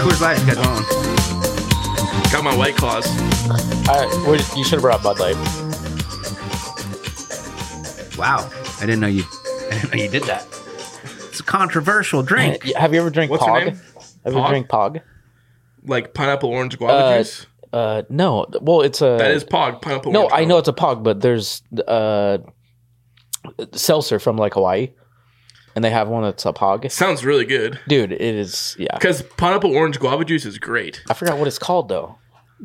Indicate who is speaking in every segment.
Speaker 1: Coors Light got going.
Speaker 2: Got my white claws.
Speaker 3: All right, what- you should have brought Bud Light.
Speaker 1: Wow, I didn't know you. I didn't know you did that. It's a controversial drink.
Speaker 3: Yeah, Have you ever drank
Speaker 2: What's her
Speaker 3: Pog?
Speaker 2: name?
Speaker 3: Have you
Speaker 2: Pog?
Speaker 3: ever drank Pog?
Speaker 2: Like pineapple orange guava
Speaker 3: Uh,
Speaker 2: juice.
Speaker 3: Uh, no. Well, it's a
Speaker 2: That is pog. Pineapple.
Speaker 3: no.
Speaker 2: orange
Speaker 3: I
Speaker 2: guava.
Speaker 3: know it's a Pog, but there's uh, seltzer from like Hawaii, and they have one that's a Pog.
Speaker 2: Sounds really good
Speaker 3: Dude, it is. Yeah,
Speaker 2: because pineapple orange guava juice is great.
Speaker 3: I forgot what it's called though.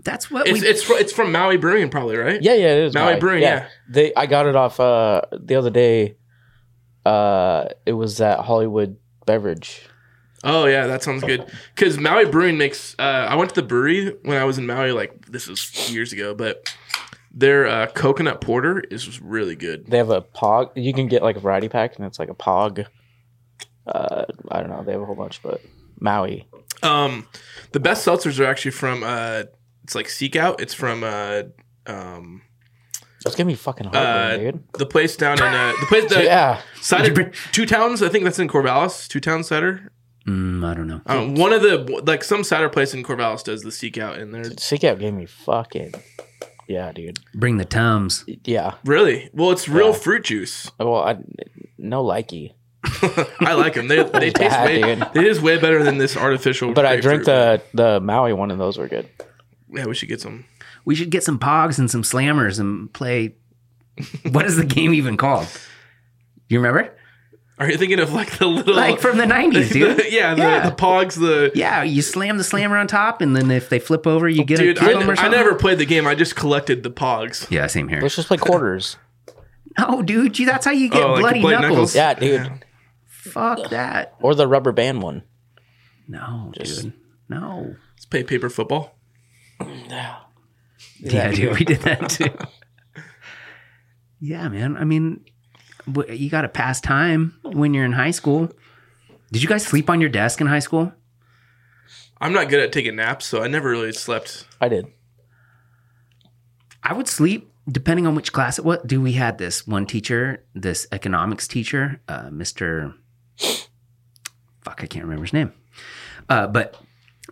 Speaker 1: That's what
Speaker 2: It's
Speaker 1: we.
Speaker 2: it's fr- it's from Maui Brewing probably right.
Speaker 3: Yeah, yeah, it is.
Speaker 2: Maui Brewing, yeah.
Speaker 3: They I got it off uh the other day. Uh it was that Hollywood beverage.
Speaker 2: Oh yeah, that sounds good. Because Maui Brewing makes. Uh, I went to the brewery when I was in Maui. Like this is years ago, but their uh, coconut porter is just really good.
Speaker 3: They have a pog you can get like a variety pack and it's like a pog. Uh I don't know, they have a whole bunch, but Maui.
Speaker 2: Um, the best seltzers are actually from. Uh, it's like Seek Out. It's from. Uh, um,
Speaker 3: It's gonna be fucking hard,
Speaker 2: uh,
Speaker 3: dude.
Speaker 2: the place down in uh, the place that
Speaker 3: yeah.
Speaker 2: cider two towns. I think that's in Corvallis. Two town cider.
Speaker 1: Mm, I don't know.
Speaker 2: I don't know, one of the like some cider place in Corvallis does the Seek Out, and they're
Speaker 3: Seek out gave me fucking Yeah, dude.
Speaker 1: Bring the tums.
Speaker 3: Yeah.
Speaker 2: really well. It's real
Speaker 3: Yeah.
Speaker 2: fruit juice.
Speaker 3: Well I no likey.
Speaker 2: I like them. They they taste
Speaker 3: Yeah,
Speaker 2: way
Speaker 3: dude.
Speaker 2: they taste way better than this artificial.
Speaker 3: But I drank
Speaker 2: grapefruit.
Speaker 3: the the Maui one and those were good.
Speaker 2: Yeah, we should get some.
Speaker 1: We should get some pogs and some slammers and play. What is the game even called? You remember?
Speaker 2: Are you thinking of like the little
Speaker 1: Like from the nineties, dude.
Speaker 2: the- yeah, the,
Speaker 1: Yeah.
Speaker 2: the pogs the.
Speaker 1: Yeah, you slam the slammer on top, and then if they flip over, you get
Speaker 2: Dude,
Speaker 1: a kick
Speaker 2: I,
Speaker 1: 'em or
Speaker 2: I
Speaker 1: something.
Speaker 2: never played the game. I just collected the pogs.
Speaker 1: Yeah, same here.
Speaker 3: Let's just play quarters.
Speaker 1: No, dude, you, that's how you get
Speaker 2: Oh, like
Speaker 1: bloody
Speaker 2: bloody
Speaker 1: knuckles.
Speaker 2: knuckles?
Speaker 3: yeah, dude.
Speaker 1: Fuck that.
Speaker 3: Or the rubber band one.
Speaker 1: No,
Speaker 3: Just-
Speaker 1: dude. No.
Speaker 2: Let's play paper football.
Speaker 1: Yeah, dude, we did that too. yeah, man. I mean, wh- you got to pass time when you're in high school. Did you guys sleep on your desk in high school?
Speaker 2: I'm not good at taking naps, so I never really slept.
Speaker 3: I did.
Speaker 1: I would sleep depending on which class it was. Do we had this one teacher, this economics teacher, uh, Mr. Fuck, I can't remember his name. Uh, but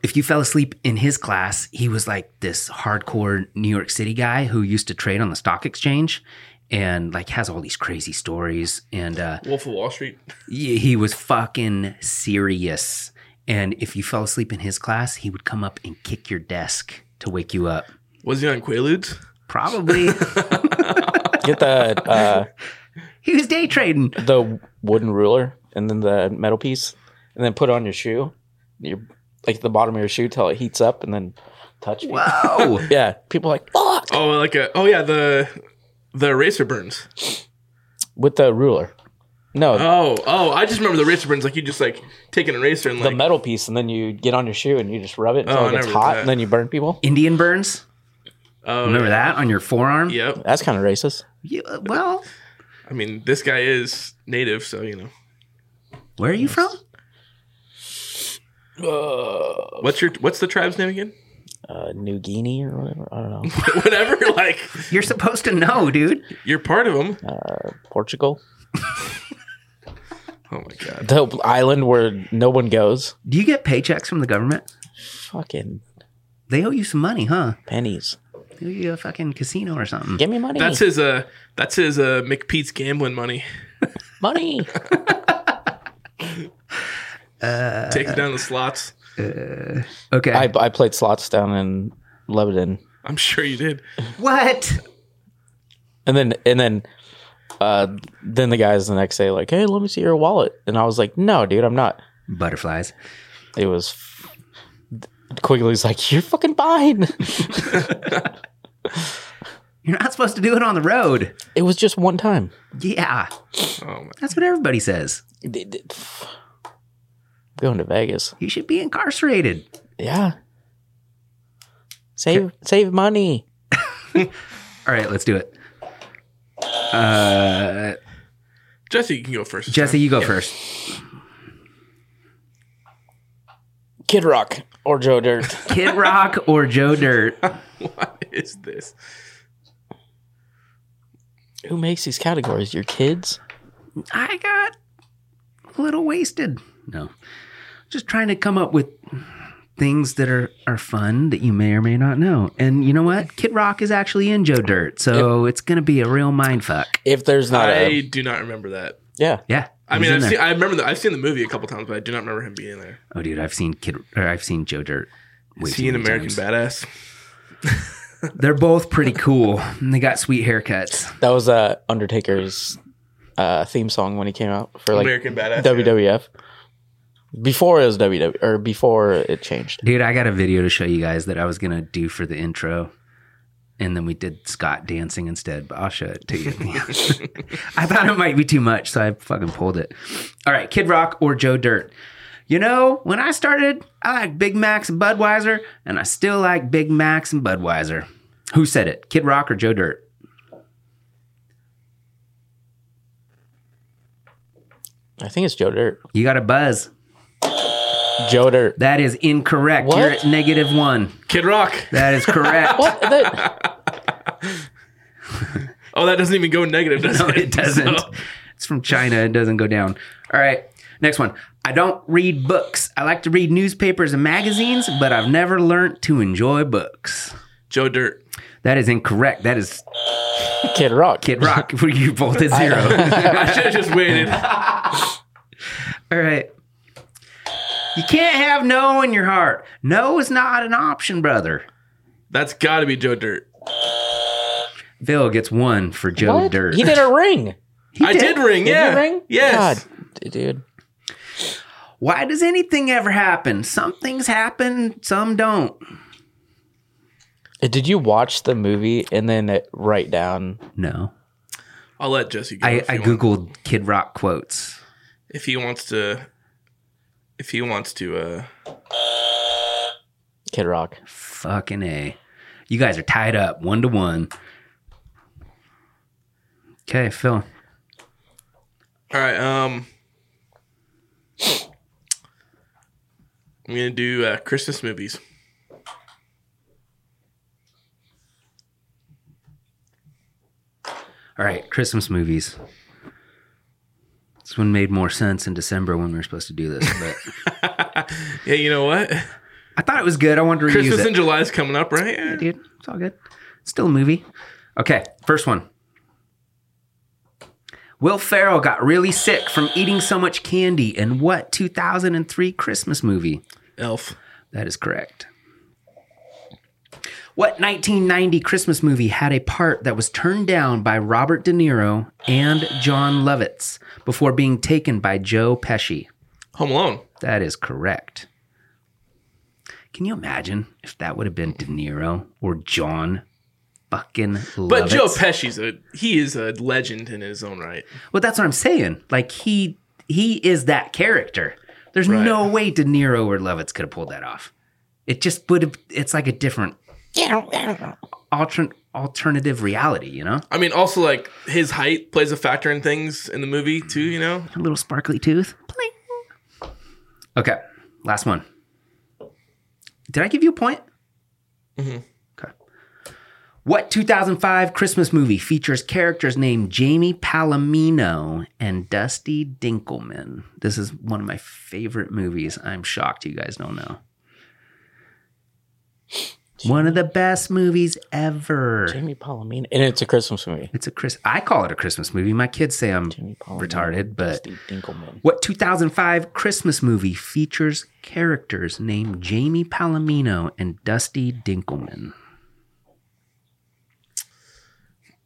Speaker 1: if you fell asleep in his class, he was like this hardcore New York City guy who used to trade on the stock exchange and like has all these crazy stories. And uh,
Speaker 2: Wolf of Wall Street.
Speaker 1: he he was fucking serious. And if you fell asleep in his class, he would come up and kick your desk to wake you up.
Speaker 2: Was he on Quaaludes?
Speaker 1: Probably.
Speaker 3: Get the uh
Speaker 1: he was day trading.
Speaker 3: the wooden ruler and then the metal piece and then put it on your shoe your like the bottom of your shoe till it heats up and then touch it.
Speaker 1: Whoa.
Speaker 3: yeah people are like fuck
Speaker 2: Oh, like a oh yeah the the eraser burns.
Speaker 3: with the ruler no
Speaker 2: Oh oh, I just remember the eraser burns. Like you just like take an eraser and
Speaker 3: the
Speaker 2: like
Speaker 3: metal piece and then you get on your shoe and you just rub it until
Speaker 2: Oh, I
Speaker 3: it gets
Speaker 2: never did
Speaker 3: hot
Speaker 2: that.
Speaker 3: and then you burn people
Speaker 1: Indian burns.
Speaker 2: oh,
Speaker 1: Remember
Speaker 2: yeah.
Speaker 1: that on your forearm?
Speaker 2: Yep.
Speaker 3: that's kind of racist
Speaker 1: You- uh, well,
Speaker 2: I mean, this guy is native, so you know.
Speaker 1: where are you from?
Speaker 3: Oh.
Speaker 2: What's your what's the tribe's name again?
Speaker 3: uh, new guinea or whatever i don't know
Speaker 2: Whatever. Like
Speaker 1: You're supposed to know, dude.
Speaker 2: you're part of them.
Speaker 3: Oh. portugal
Speaker 2: Oh my god.
Speaker 3: the island where no one goes
Speaker 1: Do you get paychecks from the government?
Speaker 3: fucking
Speaker 1: They owe you some money, huh?
Speaker 3: pennies
Speaker 1: They owe you a fucking casino or something.
Speaker 3: give me money
Speaker 2: That's his uh that's his uh McPete's gambling money.
Speaker 3: money Uh.
Speaker 2: Takes down the slots.
Speaker 1: Okay.
Speaker 3: I, I played slots down in lebanon
Speaker 2: I'm sure you did.
Speaker 1: what?
Speaker 3: And then and then uh then the guys the next day like, "Hey, let me see your wallet." And I was like, "No, dude, I'm not."
Speaker 1: Butterflies.
Speaker 3: It was Quigley's like, "You're fucking fine."
Speaker 1: You're not supposed to do it on the road.
Speaker 3: it was just one time.
Speaker 1: Yeah.
Speaker 2: Oh my.
Speaker 1: That's what everybody says.
Speaker 3: D- d- pff. Going to Vegas.
Speaker 1: You should be incarcerated.
Speaker 3: Yeah. Save save money.
Speaker 1: All right, let's do it. Uh,
Speaker 2: Jesse, you can go first. this
Speaker 1: Jesse,
Speaker 2: time.
Speaker 1: you go first.
Speaker 3: Kid Rock or Joe Dirt.
Speaker 1: Kid Rock or Joe Dirt?
Speaker 2: What is this?
Speaker 3: Who makes these categories? Your kids?
Speaker 1: I got a little wasted. No. Just trying to come up with things that are, are fun that you may or may not know. And you know what? Kid Rock is actually in Joe Dirt, so it's going to be a real mind fuck.
Speaker 3: If there's not
Speaker 2: I
Speaker 3: a
Speaker 2: do not remember that.
Speaker 3: yeah,
Speaker 1: Yeah.
Speaker 2: I
Speaker 1: he's
Speaker 2: mean,
Speaker 1: in
Speaker 2: I've
Speaker 1: there.
Speaker 2: seen, I remember the, I've seen the movie a couple times, but I do not remember him being there.
Speaker 1: Oh, dude, I've seen Kid or I've seen Joe Dirt. way
Speaker 2: Is
Speaker 1: too
Speaker 2: he an
Speaker 1: many
Speaker 2: American
Speaker 1: times.
Speaker 2: badass?
Speaker 1: They're both pretty cool. And they got sweet haircuts.
Speaker 3: that was uh, Undertaker's uh, theme song when he came out for like
Speaker 2: American badass. yeah.
Speaker 3: WWF. Before it was WW or before it changed.
Speaker 1: Dude, I got a video to show you guys that I was going to do for the intro. And then we did Scott dancing instead, but I'll show it to you. at the end. I thought it might be too much, so I fucking pulled it. All right, Kid Rock or Joe Dirt. You know, when I started, I liked Big Macs and Budweiser, and I still like Big Macs and Budweiser. Who said it? Kid Rock or Joe Dirt?
Speaker 3: I think it's Joe Dirt.
Speaker 1: You got a buzz.
Speaker 3: Joe Dirt.
Speaker 1: That is incorrect.
Speaker 3: What?
Speaker 1: You're at negative one.
Speaker 2: Kid Rock.
Speaker 1: That is correct.
Speaker 3: What? That-
Speaker 2: Oh, that doesn't even go negative, does
Speaker 1: No,
Speaker 2: it?
Speaker 1: it doesn't.
Speaker 2: So-
Speaker 1: It's from China. It doesn't go down. All right. Next one. I don't read books. I like to read newspapers and magazines, but I've never learned to enjoy books.
Speaker 2: Joe Dirt.
Speaker 1: That is incorrect. That is
Speaker 3: Kid Rock.
Speaker 1: Kid Rock. you both at zero.
Speaker 2: I should have just waited.
Speaker 1: All right. You can't have no in your heart. No is not an option, brother.
Speaker 2: That's got to be Joe Dirt.
Speaker 1: Phil gets one for Joe
Speaker 3: What?
Speaker 1: Dirt.
Speaker 3: He did a ring.
Speaker 1: He
Speaker 2: I did, ring.
Speaker 3: Did
Speaker 2: yeah.
Speaker 3: he ring?
Speaker 2: Yes.
Speaker 3: God, d- dude.
Speaker 1: Why does anything ever happen? Some things happen, some don't.
Speaker 3: Uh, Did you watch the movie and then uh, write down?
Speaker 1: No.
Speaker 2: I'll let Jesse go.
Speaker 1: I,
Speaker 2: if, he
Speaker 1: I
Speaker 2: wants,
Speaker 1: Googled Kid Rock quotes.
Speaker 2: if he wants to. If he wants to. uh
Speaker 3: Kid Rock.
Speaker 1: Fucking A. You guys are tied up one to one. Okay, Phil.
Speaker 2: All right. Um. I'm gonna do uh, Christmas movies.
Speaker 1: All right, Christmas movies. This one made more sense in December when we were supposed to do this, but
Speaker 2: Yeah, you know what?
Speaker 1: I thought it was good. I wanted to reuse
Speaker 2: Christmas
Speaker 1: it.
Speaker 2: in July is coming up, right?
Speaker 1: Yeah,
Speaker 2: Yeah.
Speaker 1: dude, it's all good. It's still a movie. Okay, first one. Will Ferrell got really sick from eating so much candy in what 2003 Christmas movie?
Speaker 2: Elf.
Speaker 1: That is correct. What 1990 Christmas movie had a part that was turned down by Robert De Niro and John Lovitz before being taken by Joe Pesci?
Speaker 2: Home Alone.
Speaker 1: That is correct. Can you imagine if that would have been De Niro or John fucking Lovitz?
Speaker 2: But Joe Pesci's a he is a legend in his own right.
Speaker 1: Well, that's what I'm saying. Like he he is that character. There's
Speaker 2: Right.
Speaker 1: no way De Niro or Lovitz could have pulled that off. It just would have. It's like a different altern, alternative reality. You know,
Speaker 2: I mean, also like his height plays a factor in things in the movie too. You know,
Speaker 1: a little sparkly tooth. Bling. Okay, last one. Did I give you a point?
Speaker 3: Mm-hmm.
Speaker 1: Okay. What 2005 Christmas movie features characters named Jamie Palomino and Dusty Dinkelman? This is one of my favorite movies. I'm shocked you guys don't know. One of the best movies ever.
Speaker 3: Jamie Palomino. And it's a Christmas movie.
Speaker 1: It's a Chris. I call it a Christmas movie. My kids say I'm
Speaker 3: Jamie Palomino.
Speaker 1: retarded, but
Speaker 3: Steve Dinkelman.
Speaker 1: what 2005 Christmas movie features characters named Jamie Palomino and Dusty Dinkelman?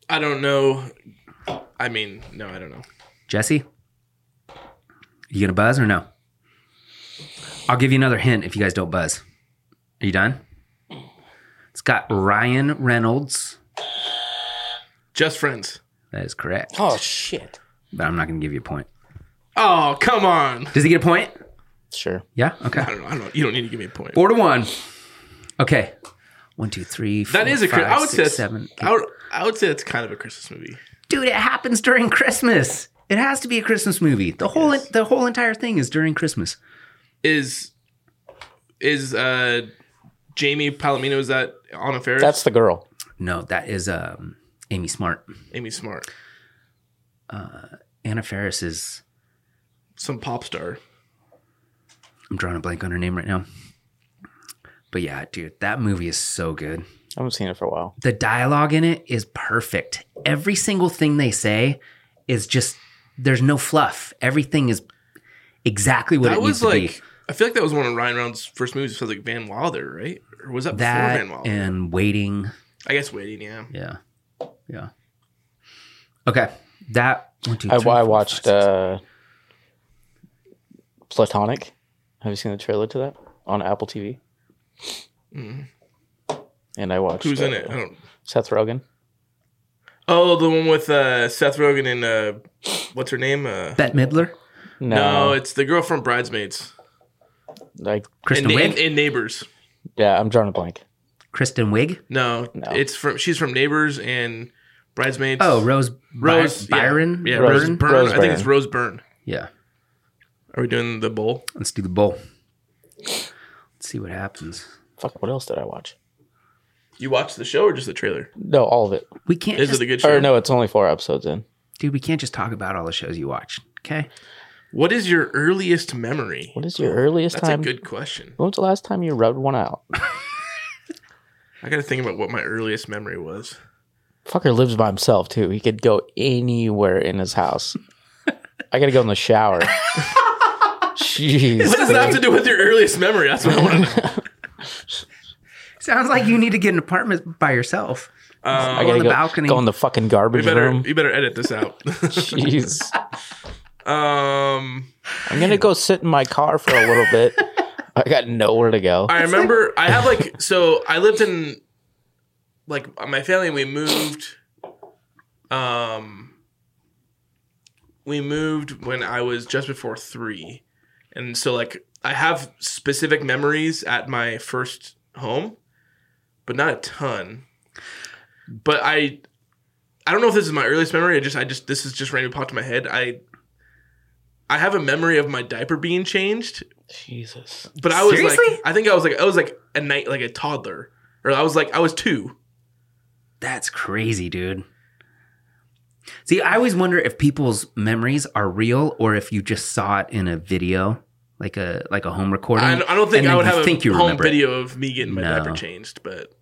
Speaker 2: I don't know. I mean, no, I don't know.
Speaker 1: Jesse, you gonna buzz or no? I'll give you another hint if you guys don't buzz. Are you done? It's got Ryan Reynolds.
Speaker 2: Just friends.
Speaker 1: That is correct,
Speaker 3: Oh shit.
Speaker 1: but I'm not gonna give you a point.
Speaker 2: Oh, come on.
Speaker 1: Does he get a point?
Speaker 3: Sure.
Speaker 1: Yeah. Okay.
Speaker 2: I don't know. I don't. You don't need to give me a point.
Speaker 1: Four to one. Okay. One, two, three. Four,
Speaker 2: That is a. Chris-
Speaker 1: five,
Speaker 2: I would
Speaker 1: six,
Speaker 2: say that's-
Speaker 1: seven,
Speaker 2: I would, I would say it's kind of a Christmas movie.
Speaker 1: dude, it happens during Christmas. It has to be a Christmas movie. The whole the whole entire thing is during Christmas.
Speaker 2: Is is uh Jamie Palomino is that Anna Faris?
Speaker 3: That's the girl.
Speaker 1: No, that is um, Amy Smart.
Speaker 2: Amy Smart,
Speaker 1: Anna Faris is.
Speaker 2: some pop star.
Speaker 1: I'm drawing a blank on her name right now. But yeah, dude, that movie is so good.
Speaker 3: I haven't seen it for a while.
Speaker 1: The dialogue in it is perfect. Every single thing they say is just there's no fluff. Everything is exactly what
Speaker 2: that
Speaker 1: it needs
Speaker 2: was
Speaker 1: to
Speaker 2: like
Speaker 1: be.
Speaker 2: I feel like that was one of Ryan Reynolds' first movies. It was like Van Wilder, right? Or was that,
Speaker 1: That
Speaker 2: before Van Wilder?
Speaker 1: and waiting.
Speaker 2: I guess waiting. Yeah,
Speaker 1: Yeah, yeah. Okay, that one, two, three,
Speaker 3: I, I
Speaker 1: four,
Speaker 3: watched
Speaker 1: five, six.
Speaker 3: uh, Platonic. Have you seen the trailer to that on Apple TV?
Speaker 2: Mhm.
Speaker 3: And I watched
Speaker 2: who's in
Speaker 3: uh,
Speaker 2: it? I don't.
Speaker 3: Seth Rogen.
Speaker 2: Oh, the one with uh, Seth Rogen and uh, what's her name? Uh,
Speaker 1: Bette Midler,
Speaker 2: no.
Speaker 3: No,
Speaker 2: it's the girl from Bridesmaids
Speaker 3: like
Speaker 2: and,
Speaker 1: Kristen
Speaker 2: Na-
Speaker 1: Wiig.
Speaker 2: and Neighbors.
Speaker 3: yeah, I'm drawing a blank.
Speaker 1: Kristen Wiig.
Speaker 2: No,
Speaker 3: No.
Speaker 2: it's from she's from Neighbors and Bridesmaids.
Speaker 1: Oh, Rose.
Speaker 2: Rose
Speaker 1: Rose Byron.
Speaker 2: Yeah, yeah
Speaker 3: Rose-
Speaker 2: Rose Byrne.
Speaker 3: Rose
Speaker 2: I think it's
Speaker 3: Byrne.
Speaker 2: Rose Byrne.
Speaker 1: Yeah.
Speaker 2: Are we doing the bowl?
Speaker 1: Let's do the bowl. Let's see what happens.
Speaker 3: Fuck, what else did I watch?
Speaker 2: You watched the show or just the trailer?
Speaker 3: No, all of it.
Speaker 1: We can't.
Speaker 2: Is
Speaker 1: just-
Speaker 2: it a good show?
Speaker 3: Or no, it's only four episodes in.
Speaker 1: dude? We can't just talk about all the shows you watch. Okay.
Speaker 2: What is your earliest memory?
Speaker 3: What is your earliest
Speaker 2: That's
Speaker 3: time?
Speaker 2: a good question.
Speaker 3: when was the last time you rubbed one out?
Speaker 2: I got to think about what my earliest memory was.
Speaker 3: Fucker lives by himself too. He could go anywhere in his house. I gotta go in the shower. Jeez.
Speaker 2: What does that have to do with your earliest memory? That's what I want to know.
Speaker 1: Sounds like you need to get an apartment by yourself.
Speaker 3: I
Speaker 2: Um,
Speaker 1: on
Speaker 3: gotta
Speaker 1: the
Speaker 3: go,
Speaker 1: balcony.
Speaker 3: go in the fucking
Speaker 2: you
Speaker 3: garbage
Speaker 2: better
Speaker 3: room.
Speaker 2: you better edit this out.
Speaker 3: Jeez.
Speaker 2: um,
Speaker 3: I'm gonna go sit in my car for a little bit. I got nowhere to go.
Speaker 2: I remember I have like so I lived in like my family we moved um we moved when I was just before 3 and so like I have specific memories at my first home but not a ton but I I don't know if this is my earliest memory I just I just this is just randomly popped in my head I I have a memory of my diaper being changed
Speaker 3: Jesus.
Speaker 2: but I was like,
Speaker 1: Seriously?
Speaker 2: I think I was like, I was like a night, like a toddler, or I was like, I was two.
Speaker 1: That's crazy, dude. See, I always wonder if people's memories are real or if you just saw it in a video, like a like a home recording.
Speaker 2: I, I don't think
Speaker 1: and
Speaker 2: I
Speaker 1: then
Speaker 2: would
Speaker 1: you
Speaker 2: have
Speaker 1: think
Speaker 2: a
Speaker 1: you
Speaker 2: home
Speaker 1: remember it.
Speaker 2: video of me getting my
Speaker 1: No.
Speaker 2: diaper changed, but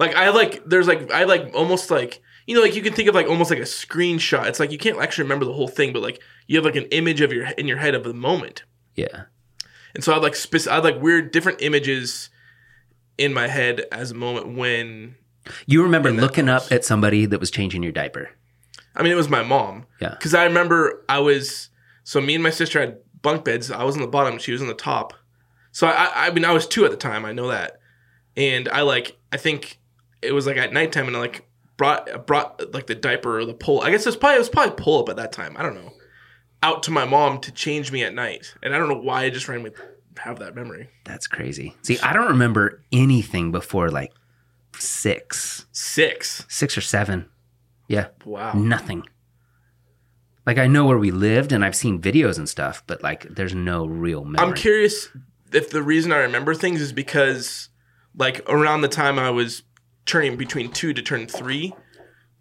Speaker 2: like I like, there's like, I like almost like, you know, like you can think of like almost like a screenshot. It's like you can't actually remember the whole thing, but like you have like an image of your in your head of the moment.
Speaker 1: Yeah.
Speaker 2: And so I had like spec- I had like weird different images in my head as a moment when
Speaker 1: You remember
Speaker 2: And that
Speaker 1: looking
Speaker 2: helps.
Speaker 1: up at somebody that was changing your diaper.
Speaker 2: I mean, it was my mom.
Speaker 1: Yeah.
Speaker 2: Because I remember I was so me and my sister had bunk beds. I was on the bottom. She was on the top. So I, I, I mean, I was two at the time. I know that. And I like, I think it was like at nighttime, and I like brought brought like the diaper or the pull. I guess it was probably it was probably pull up at that time. I don't know. Out to my mom to change me at night, and I don't know why I just randomly have that memory.
Speaker 1: That's crazy. See, I don't remember anything before like six,
Speaker 2: Six.
Speaker 1: six or seven.
Speaker 2: Wow.
Speaker 1: Nothing. Like I know where we lived and I've seen videos and stuff, but like there's no real memory.
Speaker 2: I'm curious if the reason I remember things is because, like, around the time I was turning between two to turn three,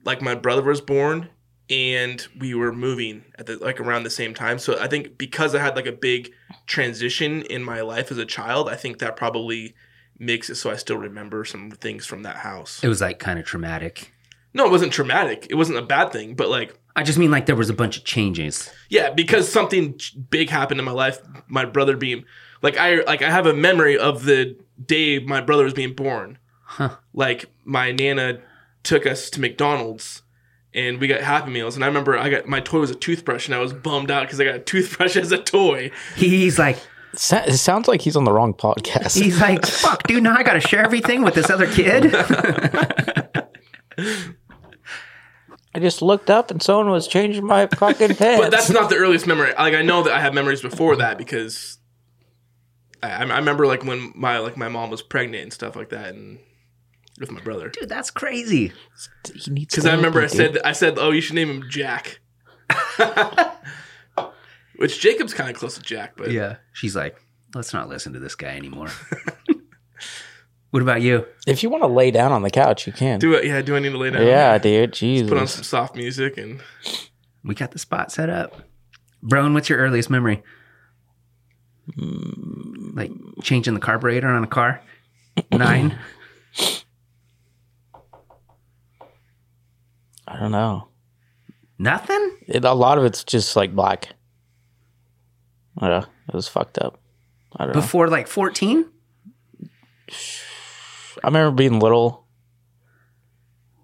Speaker 2: like, my brother was born and we were moving at the, like, around the same time. So I think because I had, like, a big transition in my life as a child, I think that probably makes it so I still remember some things from that house.
Speaker 1: It was like kind of traumatic.
Speaker 2: No, it wasn't traumatic. It wasn't a bad thing, but, like,
Speaker 1: I just mean like there was a bunch of changes.
Speaker 2: Yeah, because something big happened in my life. My brother being like I like I have a memory of the day my brother was being born.
Speaker 1: Huh.
Speaker 2: Like my nana took us to McDonald's and we got Happy Meals. And I remember I got my toy was a toothbrush and I was bummed out because I got a toothbrush as a toy.
Speaker 1: He's like,
Speaker 3: Sa- It sounds like he's on the wrong podcast.
Speaker 1: he's like, fuck, dude, now I got to share everything with this other kid.
Speaker 3: I just looked up and someone was changing my fucking pants.
Speaker 2: But that's not the earliest memory. Like I know that I have memories before that because I, I remember like when my like my mom was pregnant and stuff like that and with my brother.
Speaker 1: dude, that's crazy.
Speaker 3: he needs
Speaker 2: Because I remember I
Speaker 3: therapy,
Speaker 2: said I said, "Oh, you should name him Jack," which Jacob's kind of close to Jack, but
Speaker 1: Yeah. She's like, let's not listen to this guy anymore. what about you?
Speaker 3: dude. if you want to lay down on the couch, you can.
Speaker 2: do it. Yeah, do I need to lay down?
Speaker 3: yeah, dude. Jesus.
Speaker 2: put on some soft music and
Speaker 1: We got the spot
Speaker 2: Hmm.
Speaker 1: set up. Brown, what's your earliest memory? Like changing the carburetor on a car. Nine.
Speaker 3: I don't know.
Speaker 1: Nothing?
Speaker 3: It, a lot of it's just like black. Yeah, it was fucked up. I don't know.
Speaker 1: Before like 14?
Speaker 3: I remember being little,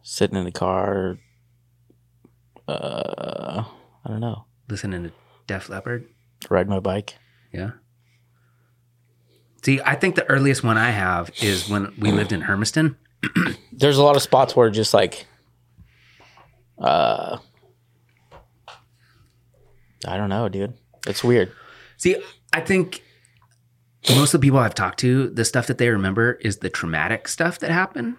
Speaker 3: sitting in the car. Uh, I don't know.
Speaker 1: Listening to Def Leppard.
Speaker 3: Ride my bike.
Speaker 1: Yeah. See, I think the earliest one I have is when we lived in Hermiston.
Speaker 3: There's a lot of spots where just like, uh, I don't know, dude. It's weird.
Speaker 1: See, I think most of the people I've talked to, the stuff that they remember is the traumatic stuff that happened.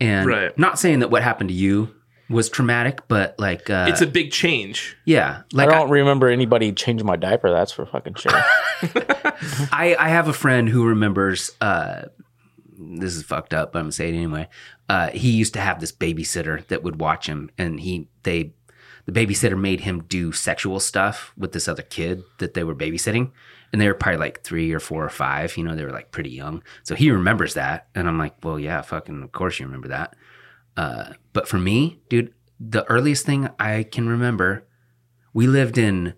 Speaker 1: And
Speaker 2: Right.
Speaker 1: not saying that what happened to you was traumatic, but like, uh,
Speaker 2: it's a big change.
Speaker 1: yeah, like
Speaker 3: I don't remember anybody changing my diaper. That's for fucking sure.
Speaker 1: I, I have a friend who remembers uh, this is fucked up, but I'm gonna say it anyway. Uh, he used to have this babysitter that would watch him, and he they the babysitter made him do sexual stuff with this other kid that they were babysitting, and they were probably like three or four or five. You know, they were like pretty young, so he remembers that, and I'm like, well, yeah, fucking, of course you remember that. Uh, but for me, dude, the earliest thing I can remember, we lived in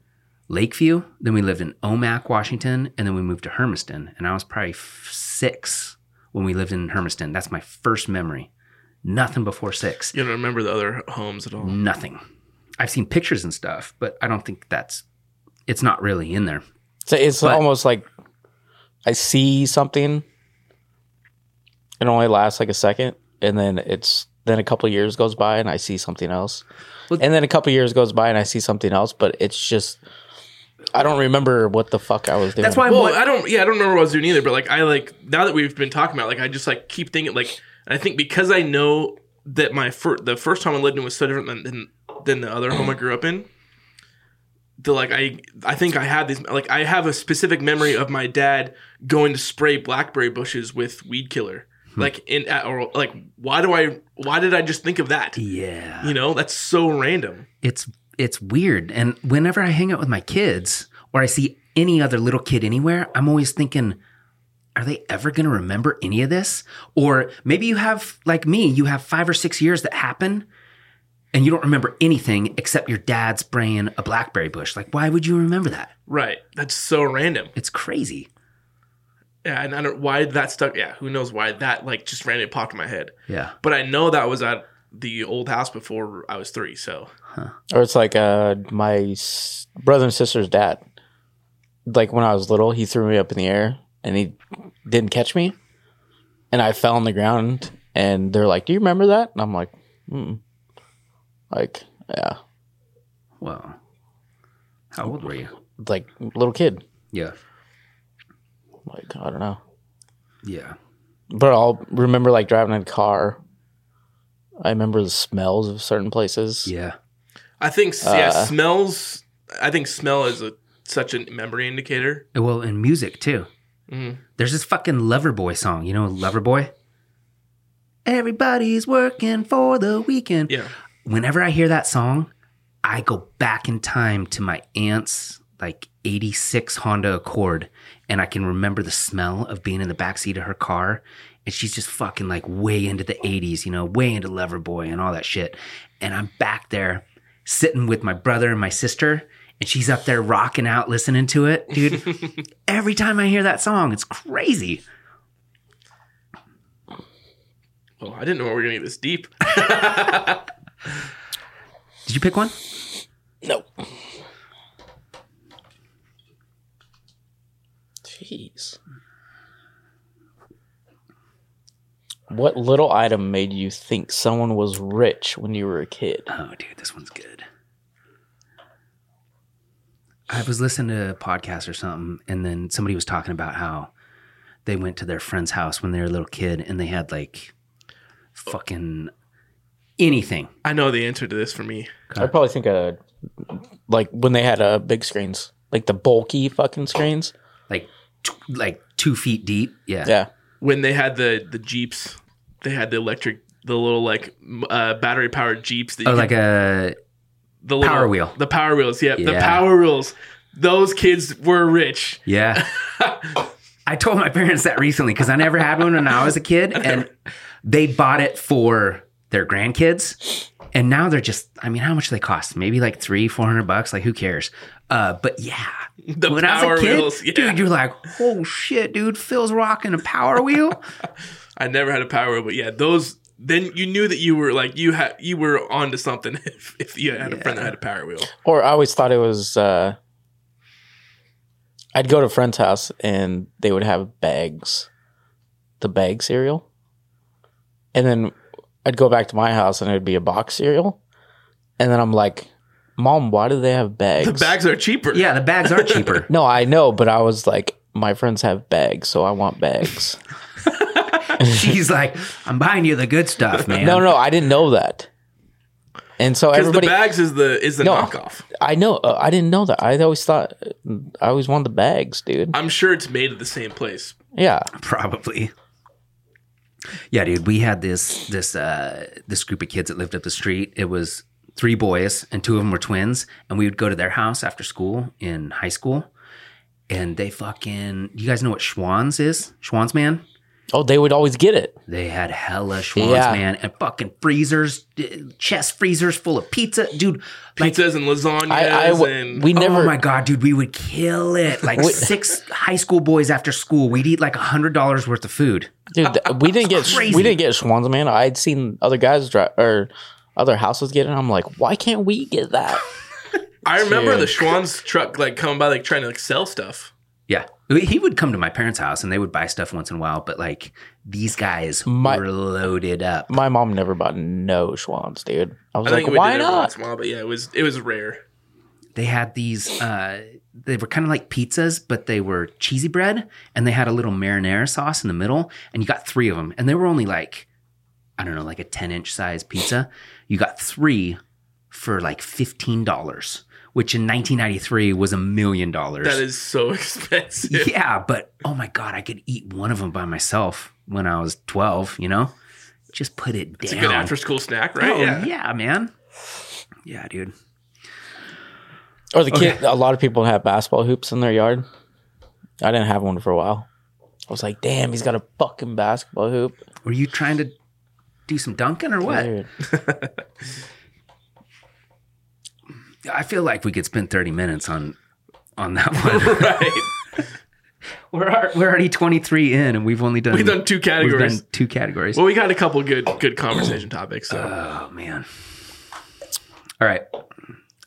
Speaker 1: Lakeview, then we lived in Omak, Washington, and then we moved to Hermiston. And I was probably f- six when we lived in Hermiston. That's my first memory. Nothing before six.
Speaker 2: You don't remember the other homes at all.
Speaker 1: Nothing. I've seen pictures and stuff, but I don't think that's. It's not really in there.
Speaker 3: So it's
Speaker 1: But-
Speaker 3: almost like I see something. It only lasts like a second, and then it's then a couple years goes by, and I see something else,
Speaker 1: Well-
Speaker 3: and then a couple years goes by, and I see something else. But it's just I don't remember what the fuck I was doing.
Speaker 1: That's why.
Speaker 2: Well,
Speaker 1: what-
Speaker 2: I don't. Yeah, I don't remember what I was doing either. But like, I like now that we've been talking about, it, like, I just like keep thinking. Like, I think because I know that my fir- the first time I lived in was so different than than, than the other home I grew up in. The like I I think I had these like I have a specific memory of my dad going to spray blackberry bushes with weed killer. Like in at, or like why do I why did I just think of that?
Speaker 1: yeah.
Speaker 2: You know that's so random.
Speaker 1: it's it's weird and whenever i hang out with my kids or i see any other little kid anywhere i'm always thinking are they ever going to remember any of this or maybe you have like me you have 5 or 6 years that happen and you don't remember anything except your dad spraying a blackberry bush like why would you remember that
Speaker 2: Right, that's so random.
Speaker 1: it's crazy
Speaker 2: Yeah, and I don't why that stuck. Yeah, who knows why that like just randomly popped in my head.
Speaker 1: yeah
Speaker 2: But I know that was at the old house before I was three. So
Speaker 3: or it's like uh, my s- brother and sister's dad. Like when I was little, he threw me up in the air and he didn't catch me, and I fell on the ground. And they're like, "Do you remember that?" And I'm like, "Hmm." Like, yeah,
Speaker 1: well how old were you
Speaker 3: like little kid.
Speaker 1: yeah
Speaker 3: Like I don't know,
Speaker 1: yeah
Speaker 3: but I'll remember like driving in a car. I remember the smells of certain places.
Speaker 1: yeah
Speaker 2: I think yeah,
Speaker 3: Uh.
Speaker 2: smells. I think smell is a, such a memory indicator.
Speaker 1: well and music too
Speaker 2: Mm.
Speaker 1: There's this fucking Loverboy song, you know, Loverboy? Everybody's working for the weekend.
Speaker 2: Yeah,
Speaker 1: Whenever I hear that song, I go back in time to my aunt's like 86 Honda Accord and I can remember the smell of being in the backseat of her car and she's just fucking like way into the 80s, you know, way into Loverboy and all that shit. And I'm back there sitting with my brother and my sister and she's up there rocking out listening to it, dude. Every time I hear that song, it's crazy.
Speaker 2: well, I didn't know we were gonna get this deep.
Speaker 1: Did you pick one?
Speaker 3: No. Jeez. What little item made you think someone was rich when you were a kid?
Speaker 1: Oh, dude, this one's good. I was listening to a podcast or something, and then somebody was talking about how they went to their friend's house when they were a little kid and they had like fucking anything.
Speaker 2: I know the answer to this for me.
Speaker 3: I probably think uh like when they had uh big screens, like the bulky fucking screens.
Speaker 1: Like, t- like two feet deep. Yeah.
Speaker 3: Yeah,
Speaker 2: When they had the the jeeps, they had the electric, the little like m- uh, battery powered jeeps. That
Speaker 1: Oh, like a.
Speaker 2: the little,
Speaker 1: power wheel.
Speaker 2: The power wheels. Yeah, the
Speaker 1: Yeah.
Speaker 2: power wheels. Those kids were rich.
Speaker 1: Yeah. I told my parents that recently because I never had one when I was a kid, and they bought it for their grandkids, and now they're just. I mean, how much do they cost? Maybe like three, four hundred bucks. Like who cares? Uh, but yeah,
Speaker 2: The
Speaker 1: when I
Speaker 2: Power
Speaker 1: was a kid,
Speaker 2: Wheels, yeah.
Speaker 1: dude, you're like, oh shit, dude, Phil's rocking a Power Wheel.
Speaker 2: I never had a power wheel, but yeah, those. Then you knew that you were like you had you were onto something if, if you had a friend that had a power wheel.
Speaker 3: Or I always thought it was. Uh, I'd go to a friend's house and they would have bags, the bag cereal, and then I'd go back to my house and it'd be a box cereal, and then I'm like, "Mom, why do they have bags?"
Speaker 2: The bags are cheaper.
Speaker 1: yeah, the bags are cheaper.
Speaker 3: No, I know, but I was like, "My friends have bags, so I want bags."
Speaker 1: She's like, I'm buying you the good stuff, man.
Speaker 3: no, no, I didn't know that, and so
Speaker 2: because the
Speaker 3: everybody.
Speaker 2: bags is the is the
Speaker 3: No.
Speaker 2: knockoff.
Speaker 3: I know. Uh, I didn't know that. I always thought. I always wanted the bags, dude.
Speaker 2: I'm sure it's made at the same place.
Speaker 3: Yeah.
Speaker 1: probably yeah dude we had this this uh this group of kids that lived up the street it was three boys and two of them were twins and we would go to their house after school in high school and they fucking you guys know what schwans is schwans man
Speaker 3: Oh, they would always get it.
Speaker 1: they had hella schwans
Speaker 3: Yeah.
Speaker 1: man and fucking freezers d- chest freezers full of pizza dude like
Speaker 2: Pizzas and lasagnas
Speaker 3: I, I w-
Speaker 2: and
Speaker 3: we never.
Speaker 1: Oh my god, dude, we would kill it! Like
Speaker 3: We-
Speaker 1: six high school boys after school, we'd eat like a hundred dollars worth of food.
Speaker 3: dude, th- we didn't get
Speaker 1: Crazy.
Speaker 3: we didn't get Schwann's man. I'd seen other guys drive or other houses get it. and I'm like, why can't we get that?
Speaker 2: I remember
Speaker 3: Dude.
Speaker 2: the Schwann's truck like coming by like trying to like sell stuff.
Speaker 1: Yeah. I mean, He would come to my parents' house and they would buy stuff once in a while, but like these guys
Speaker 3: My-
Speaker 1: were loaded up.
Speaker 3: My mom never bought no Schwann's, dude. I was
Speaker 2: I
Speaker 3: like,
Speaker 2: think we
Speaker 3: why
Speaker 2: did it every once
Speaker 3: not?
Speaker 2: in a while, but yeah, it was it was rare.
Speaker 1: They had these, uh, they were kind of like pizzas, but they were cheesy bread and they had a little marinara sauce in the middle. And you got three of them. And they were only like, I don't know, like a 10 inch size pizza. You got three for like $15, which in 1993 was a million dollars.
Speaker 2: That is so expensive.
Speaker 1: yeah, but oh my god, I could eat one of them by myself when I was twelve. You know, just put it
Speaker 2: It's a
Speaker 1: down.
Speaker 2: good after school snack, right?
Speaker 1: Oh,
Speaker 2: yeah.
Speaker 1: yeah. man. Yeah, dude.
Speaker 3: Or the kid. A lot of people have basketball hoops in their yard. I didn't have one for a while. I was like, damn, he's got a fucking basketball hoop.
Speaker 1: Were you trying to do some dunking or what?
Speaker 3: Dude.
Speaker 1: I feel like we could spend thirty minutes on on that one.
Speaker 2: right.
Speaker 1: we're al- we're already twenty three in, and we've only done
Speaker 2: We've done two
Speaker 1: we've
Speaker 2: categories.
Speaker 1: done two categories.
Speaker 2: well, we got a couple good good conversation topics. So
Speaker 3: Uh,
Speaker 1: Oh man. All right,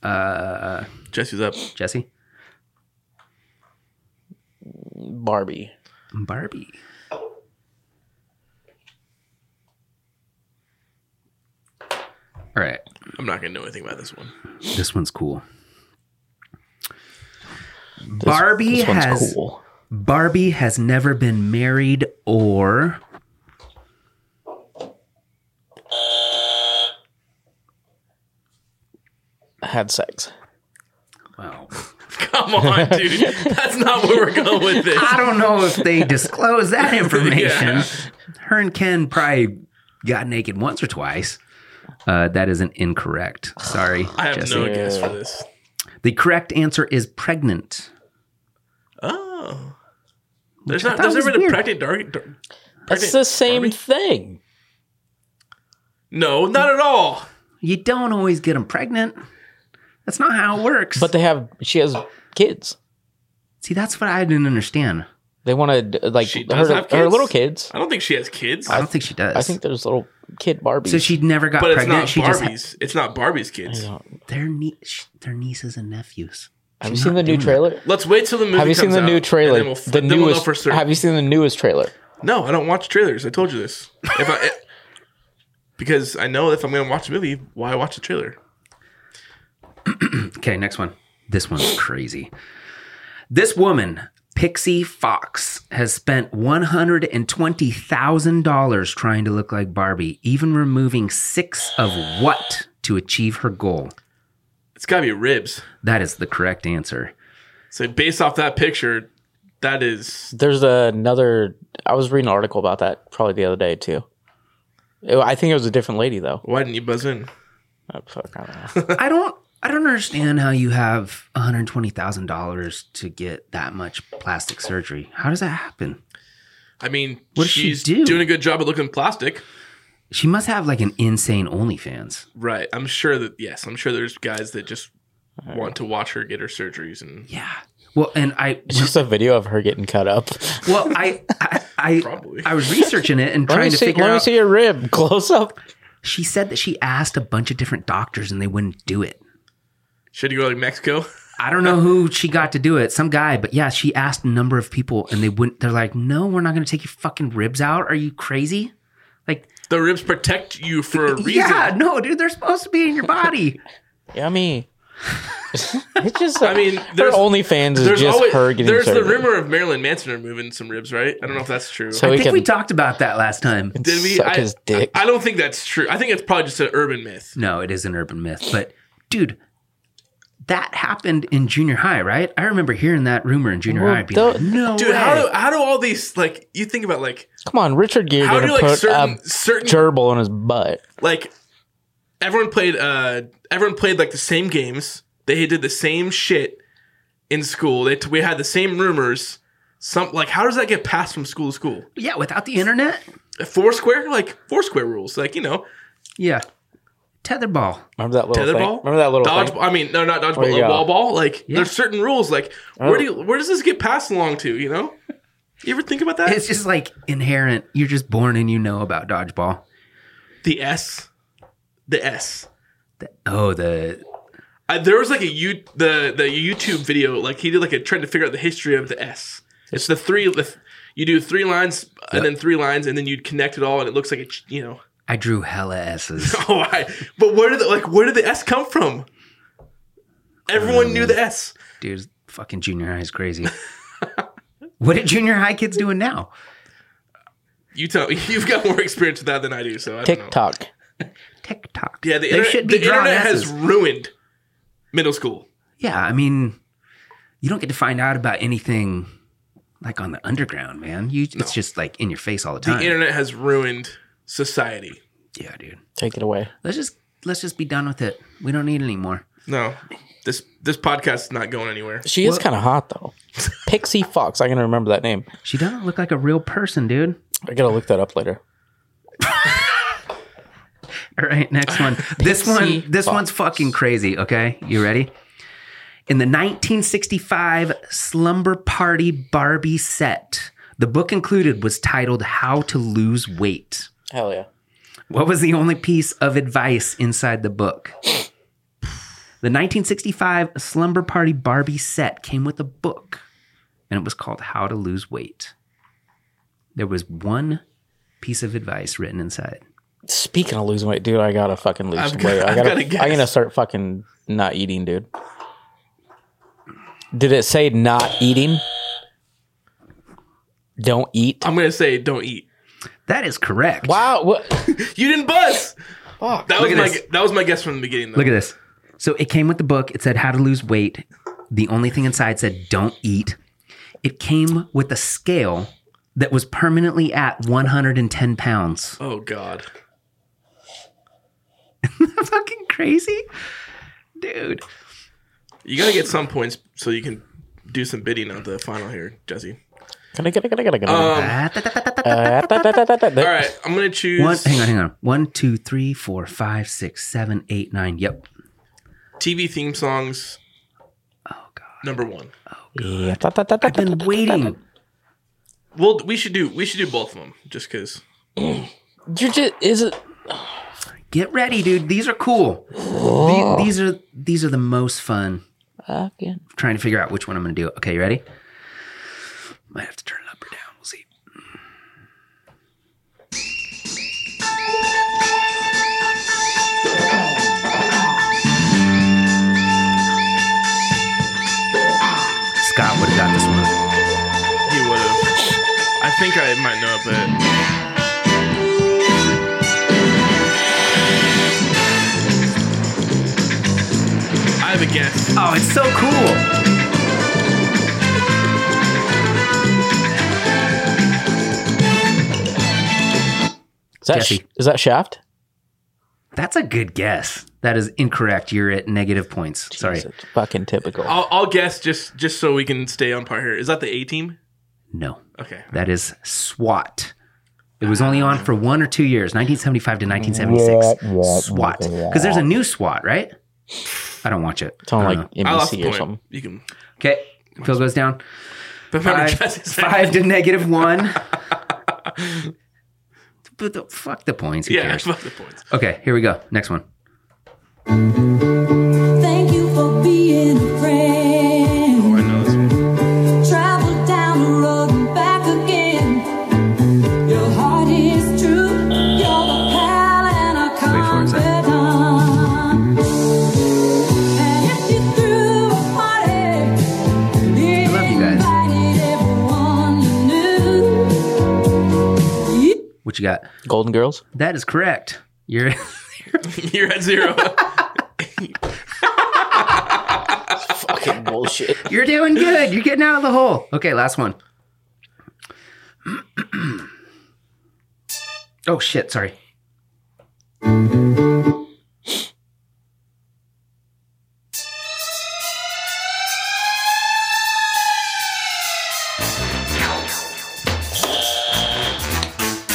Speaker 1: uh,
Speaker 2: Jesse's up.
Speaker 1: Jesse,
Speaker 3: Barbie.
Speaker 1: Barbie. All right.
Speaker 2: I'm not gonna know anything about this one.
Speaker 1: This one's cool.
Speaker 3: This-
Speaker 1: Barbie
Speaker 3: this one's
Speaker 1: has
Speaker 3: cool.
Speaker 1: Barbie has never been married or
Speaker 3: had sex.
Speaker 1: well,
Speaker 2: Come on, dude. That's not where we're going with this.
Speaker 1: I don't know if they disclose that Ah, information.
Speaker 2: Yeah.
Speaker 1: Her and Ken probably got naked once or twice. Uh, that isn't incorrect. Sorry,
Speaker 2: I have
Speaker 1: Jesse.
Speaker 2: no guess for this.
Speaker 1: The correct answer is pregnant.
Speaker 2: Oh. There's
Speaker 1: I
Speaker 2: not
Speaker 1: thought
Speaker 2: there's
Speaker 1: was
Speaker 2: never been a
Speaker 1: weird.
Speaker 2: pregnant dark, dark
Speaker 3: That's
Speaker 2: pregnant
Speaker 3: the same
Speaker 2: Barbie?
Speaker 3: thing.
Speaker 2: No, not at all.
Speaker 1: You don't always get them pregnant. That's not how it works.
Speaker 3: But they have. She has kids.
Speaker 1: see, that's what I didn't understand.
Speaker 3: They want to like
Speaker 2: She does
Speaker 3: her,
Speaker 2: have
Speaker 3: her
Speaker 2: kids?
Speaker 3: little kids.
Speaker 2: I don't think she has kids.
Speaker 1: I don't think she does.
Speaker 3: I think there's little kid Barbies.
Speaker 1: so. She never got
Speaker 2: but it's
Speaker 1: pregnant.
Speaker 2: not
Speaker 1: she just
Speaker 2: Barbie's. it's not Barbie's kids.
Speaker 3: have
Speaker 1: their nie- sh- their nieces and nephews.
Speaker 3: you
Speaker 1: She's
Speaker 3: seen
Speaker 1: not
Speaker 3: the new
Speaker 1: doing that.
Speaker 3: trailer?
Speaker 2: Let's wait till the movie.
Speaker 3: Have you seen
Speaker 2: comes
Speaker 3: the
Speaker 2: out,
Speaker 3: new
Speaker 2: and
Speaker 3: trailer?
Speaker 2: then we'll f-
Speaker 3: the
Speaker 2: then we'll know
Speaker 3: newest.
Speaker 2: for certain.
Speaker 3: have you seen the newest trailer?
Speaker 2: No, I don't watch trailers. I told you this. If I, it- because I know if I'm going to watch a movie, why watch the trailer?
Speaker 1: Okay, next one. This one's crazy. This woman, Pixie Fox, has spent $120,000 trying to look like Barbie, even removing six of what to achieve her goal.
Speaker 2: It's got to be ribs.
Speaker 1: That is the correct answer.
Speaker 2: So based off that picture, that is
Speaker 3: There's another. I was reading an article about that probably the other day too. It- I think it was a different lady though.
Speaker 2: why didn't you buzz in?
Speaker 3: Oh, fuck, I don't know.
Speaker 1: I don't I don't understand how you have one hundred twenty thousand dollars to get that much plastic surgery. How does that happen?
Speaker 2: I mean,
Speaker 1: What does she
Speaker 2: she's
Speaker 1: do?
Speaker 2: doing a good job at looking plastic.
Speaker 1: She must have like an insane OnlyFans.
Speaker 2: Right. I'm sure that yes, I'm sure there's guys that just want to watch her get her surgeries and
Speaker 1: Yeah. Well, and I
Speaker 3: It's just a video of her getting cut up.
Speaker 1: well I I I,
Speaker 2: probably.
Speaker 1: I was researching it and
Speaker 3: Let me
Speaker 1: trying to
Speaker 3: see.
Speaker 1: figure
Speaker 3: Let me
Speaker 1: out.
Speaker 3: see your rib close up.
Speaker 1: She said that she asked a bunch of different doctors and they wouldn't do it.
Speaker 2: Should you go to Mexico?
Speaker 1: I don't know who she got to do it, some guy, but yeah, she asked a number of people and they wouldn't. They're like, no, we're not going to take your fucking ribs out. Are you crazy? Like,
Speaker 2: The ribs protect you for a reason.
Speaker 1: yeah, no, dude, they're supposed to be in your body.
Speaker 3: Yummy. it's just.
Speaker 2: I mean,
Speaker 3: their
Speaker 2: there's-
Speaker 3: OnlyFans is
Speaker 2: There's
Speaker 3: just
Speaker 2: always
Speaker 3: her getting
Speaker 2: there's the
Speaker 3: surgery.
Speaker 2: rumor of Marilyn Manson removing some ribs, right? I don't know if that's true.
Speaker 3: So
Speaker 1: I
Speaker 3: we
Speaker 1: think
Speaker 3: can
Speaker 1: we talked about that last time.
Speaker 2: Did we?
Speaker 3: suck
Speaker 2: I-
Speaker 3: his dick.
Speaker 2: I don't think that's true. I think it's probably just an urban myth.
Speaker 1: No, it is an urban myth, but dude, that happened in junior high, right? I remember hearing that rumor in junior
Speaker 3: Well,
Speaker 1: high. Being like,
Speaker 3: don't-
Speaker 1: no,
Speaker 2: Dude,
Speaker 1: way.
Speaker 2: how do how do all these like you think about like
Speaker 3: Come on, Richard Gere
Speaker 2: how
Speaker 3: didn't
Speaker 2: do like
Speaker 3: put
Speaker 2: certain
Speaker 3: a
Speaker 2: certain
Speaker 3: gerbil in his butt.
Speaker 2: like everyone played uh everyone played like the same games they did the same shit in school they t- we had the same rumors some like how does that get passed from school to school
Speaker 1: yeah, without the internet,
Speaker 2: foursquare like foursquare rules like you know
Speaker 1: yeah, tetherball.
Speaker 3: Remember that little thing?
Speaker 2: tetherball
Speaker 3: Remember that little
Speaker 2: dodgeball
Speaker 3: thing?
Speaker 2: i mean no not
Speaker 3: Where
Speaker 2: dodgeball
Speaker 3: you
Speaker 2: uh,
Speaker 3: go. Oh.
Speaker 2: wall ball like
Speaker 1: Yeah.
Speaker 2: there's certain rules like where do you where does this get passed along to you know you ever think about that
Speaker 1: It's just like inherent. You're just born and you know about dodgeball.
Speaker 2: the s the s
Speaker 1: Oh, the
Speaker 2: I, Uh, there was like a you the the YouTube video like he did like a trying to figure out the history of the S. It's the three the, th- you do three lines and then three lines and then you'd connect it all and it looks like it you know
Speaker 1: I drew hella S's.
Speaker 2: oh I but where did the, like where did the S come from? Everyone knew the S.
Speaker 1: Dude, fucking junior high is crazy. what are junior high kids doing now?
Speaker 2: You tell you've got more experience with that than I do, so I don't know.
Speaker 3: TikTok.
Speaker 1: TikTok.
Speaker 2: Yeah, the internet, the
Speaker 1: drawing
Speaker 2: internet has
Speaker 1: S's.
Speaker 2: ruined middle school.
Speaker 1: Yeah, I mean, you don't get to find out about anything like on the underground, man. You it's just like in your face all the
Speaker 2: The
Speaker 1: time.
Speaker 2: internet has ruined society.
Speaker 1: yeah, dude.
Speaker 3: Take it away.
Speaker 1: Let's just let's just be done with it. We don't need it anymore.
Speaker 2: No. This this podcast is not going anywhere.
Speaker 3: She is kind of hot though. Pixie Fox. I can remember that name.
Speaker 1: She doesn't look like a real person, dude.
Speaker 3: I gotta look that up later.
Speaker 1: All right, next one. This one,
Speaker 3: Pixie
Speaker 1: this
Speaker 3: Fox.
Speaker 1: one's fucking crazy. Okay, you ready? In the 1965 Slumber Party Barbie set, the book included was titled "How to Lose Weight."
Speaker 3: Hell yeah.
Speaker 1: What was the only piece of advice inside the book? The 1965 Slumber Party Barbie set came with a book, and it was called "How to Lose Weight." There was one piece of advice written inside.
Speaker 3: Speaking of losing weight, dude, I gotta fucking lose
Speaker 2: I've
Speaker 3: some
Speaker 2: got-
Speaker 3: weight. I
Speaker 2: I've
Speaker 3: gotta,
Speaker 2: gotta guess.
Speaker 3: I'm gonna start fucking not eating, dude. Did it say not eating? Don't eat.
Speaker 2: I'm gonna say don't eat.
Speaker 1: That is correct.
Speaker 3: Wow. What?
Speaker 2: You didn't buzz.
Speaker 3: Fuck.
Speaker 2: That was
Speaker 1: at
Speaker 2: my
Speaker 1: this.
Speaker 2: gu- that was my guess from the beginning. Though.
Speaker 1: Look at this. So it came with the book. It said how to lose weight. The only thing inside said don't eat. It came with a scale that was permanently at 110 pounds.
Speaker 2: oh God,
Speaker 1: Fucking crazy. Dude.
Speaker 2: you gotta get some points so you can do some bidding on the final here, Jesse.
Speaker 3: Can I get it? Can I get it? Uh, Can I
Speaker 2: Um,
Speaker 1: Ah, da, da, da, da, da.
Speaker 3: get it?
Speaker 2: all right, I'm gonna choose.
Speaker 1: One, hang on, hang on. One, two, three, four, five, six, seven, eight, nine. Yep.
Speaker 2: TV theme songs. Oh
Speaker 1: God.
Speaker 2: Number one.
Speaker 3: Yeah. Da, da, da, da,
Speaker 1: I've been waiting.
Speaker 2: Well, we should do we should do both of them just because.
Speaker 3: You're just is it
Speaker 1: Get ready, dude. These are cool. The- These are these are the most fun.
Speaker 3: fucking
Speaker 1: trying to figure out which one I'm going to do. Okay, you ready? Might have to turn it up or down. We'll see. Scott would have got this one.
Speaker 2: He would have. I think I might know it, but I have a guess.
Speaker 1: Oh, it's so cool.
Speaker 3: is that
Speaker 1: Jesse.
Speaker 3: is that Shaft?
Speaker 1: That's a good guess. That is incorrect. You're at negative points. Sorry.
Speaker 3: Jesus, fucking typical.
Speaker 2: I'll, I'll guess just just so we can stay on par here. Is that the A team?
Speaker 1: No,
Speaker 2: Okay.
Speaker 1: that is SWAT. It was only on for one or two years, 1975 to 1976.
Speaker 3: Yeah, yeah,
Speaker 1: SWAT. Because there's a new SWAT, right? I don't watch it.
Speaker 3: It's on
Speaker 1: I don't
Speaker 3: like
Speaker 1: know.
Speaker 2: I lost the
Speaker 3: NBC or
Speaker 2: point.
Speaker 3: something.
Speaker 2: You can.
Speaker 1: Okay. Phil goes down.
Speaker 2: But my
Speaker 1: Five,
Speaker 2: guess is-
Speaker 1: five to negative one. but the, fuck the points. Who
Speaker 2: Yeah,
Speaker 1: cares?
Speaker 2: fuck the points.
Speaker 1: Okay, here we go. Next one.
Speaker 4: Thank you for being a friend.
Speaker 2: Oh, I know this one.
Speaker 4: Travel down the road and back again. Your heart is true. You're the pal and a
Speaker 1: Wait for it a second.
Speaker 4: confidant. And if you threw a party, I
Speaker 1: love you guys.
Speaker 4: Invited everyone you knew. You
Speaker 1: What you got?
Speaker 3: Golden Girls.
Speaker 1: That is correct. You're
Speaker 2: You're at zero.
Speaker 3: Fucking bullshit.
Speaker 1: you're doing good. You're getting out of the hole. Okay, last one. oh shit, sorry.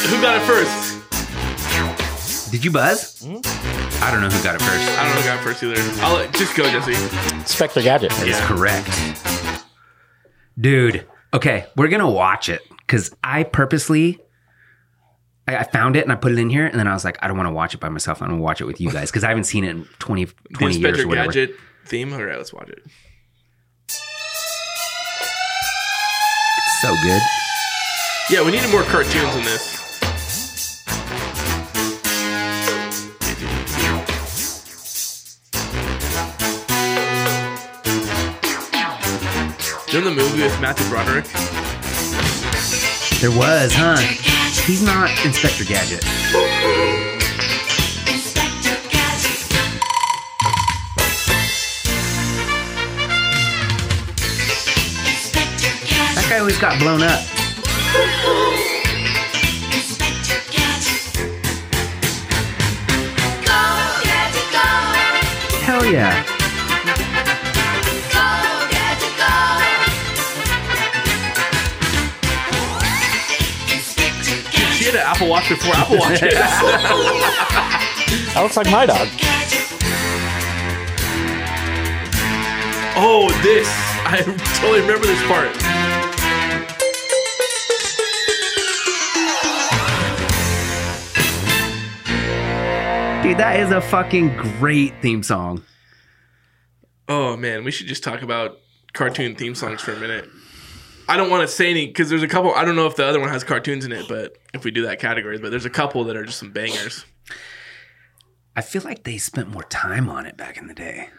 Speaker 2: Who got it first?
Speaker 1: Did you buzz? I don't know who got it first.
Speaker 2: I don't know who got it first either. I'll let, just go, Jesse.
Speaker 3: Spectre Gadget.
Speaker 1: That is correct. Dude, okay, we're gonna watch it because I purposely I, I found it and I put it in here, and then I was like, I don't want to watch it by myself. I'm gonna watch it with you guys because I haven't seen it in 20,
Speaker 2: The
Speaker 1: 20 years
Speaker 2: Inspector
Speaker 1: or whatever.
Speaker 2: Gadget theme. All right, let's watch it.
Speaker 1: It's so good.
Speaker 2: Yeah, we needed more cartoons in this. Remember the movie with Matthew Broderick?
Speaker 1: There was, huh? He's not Inspector Gadget. That guy always got blown up. Hell yeah.
Speaker 2: She had an Apple Watch before Apple Watches.
Speaker 3: That looks like my dog.
Speaker 2: oh, this. I totally remember this part.
Speaker 1: Dude, that is a fucking great theme song.
Speaker 2: Oh, man. We should just talk about cartoon theme songs for a minute. I don't want to say any because there's a couple. I don't know if the other one has cartoons in it, but if we do that categories, but there's a couple that are just some bangers.
Speaker 1: I feel like they spent more time on it back in the day.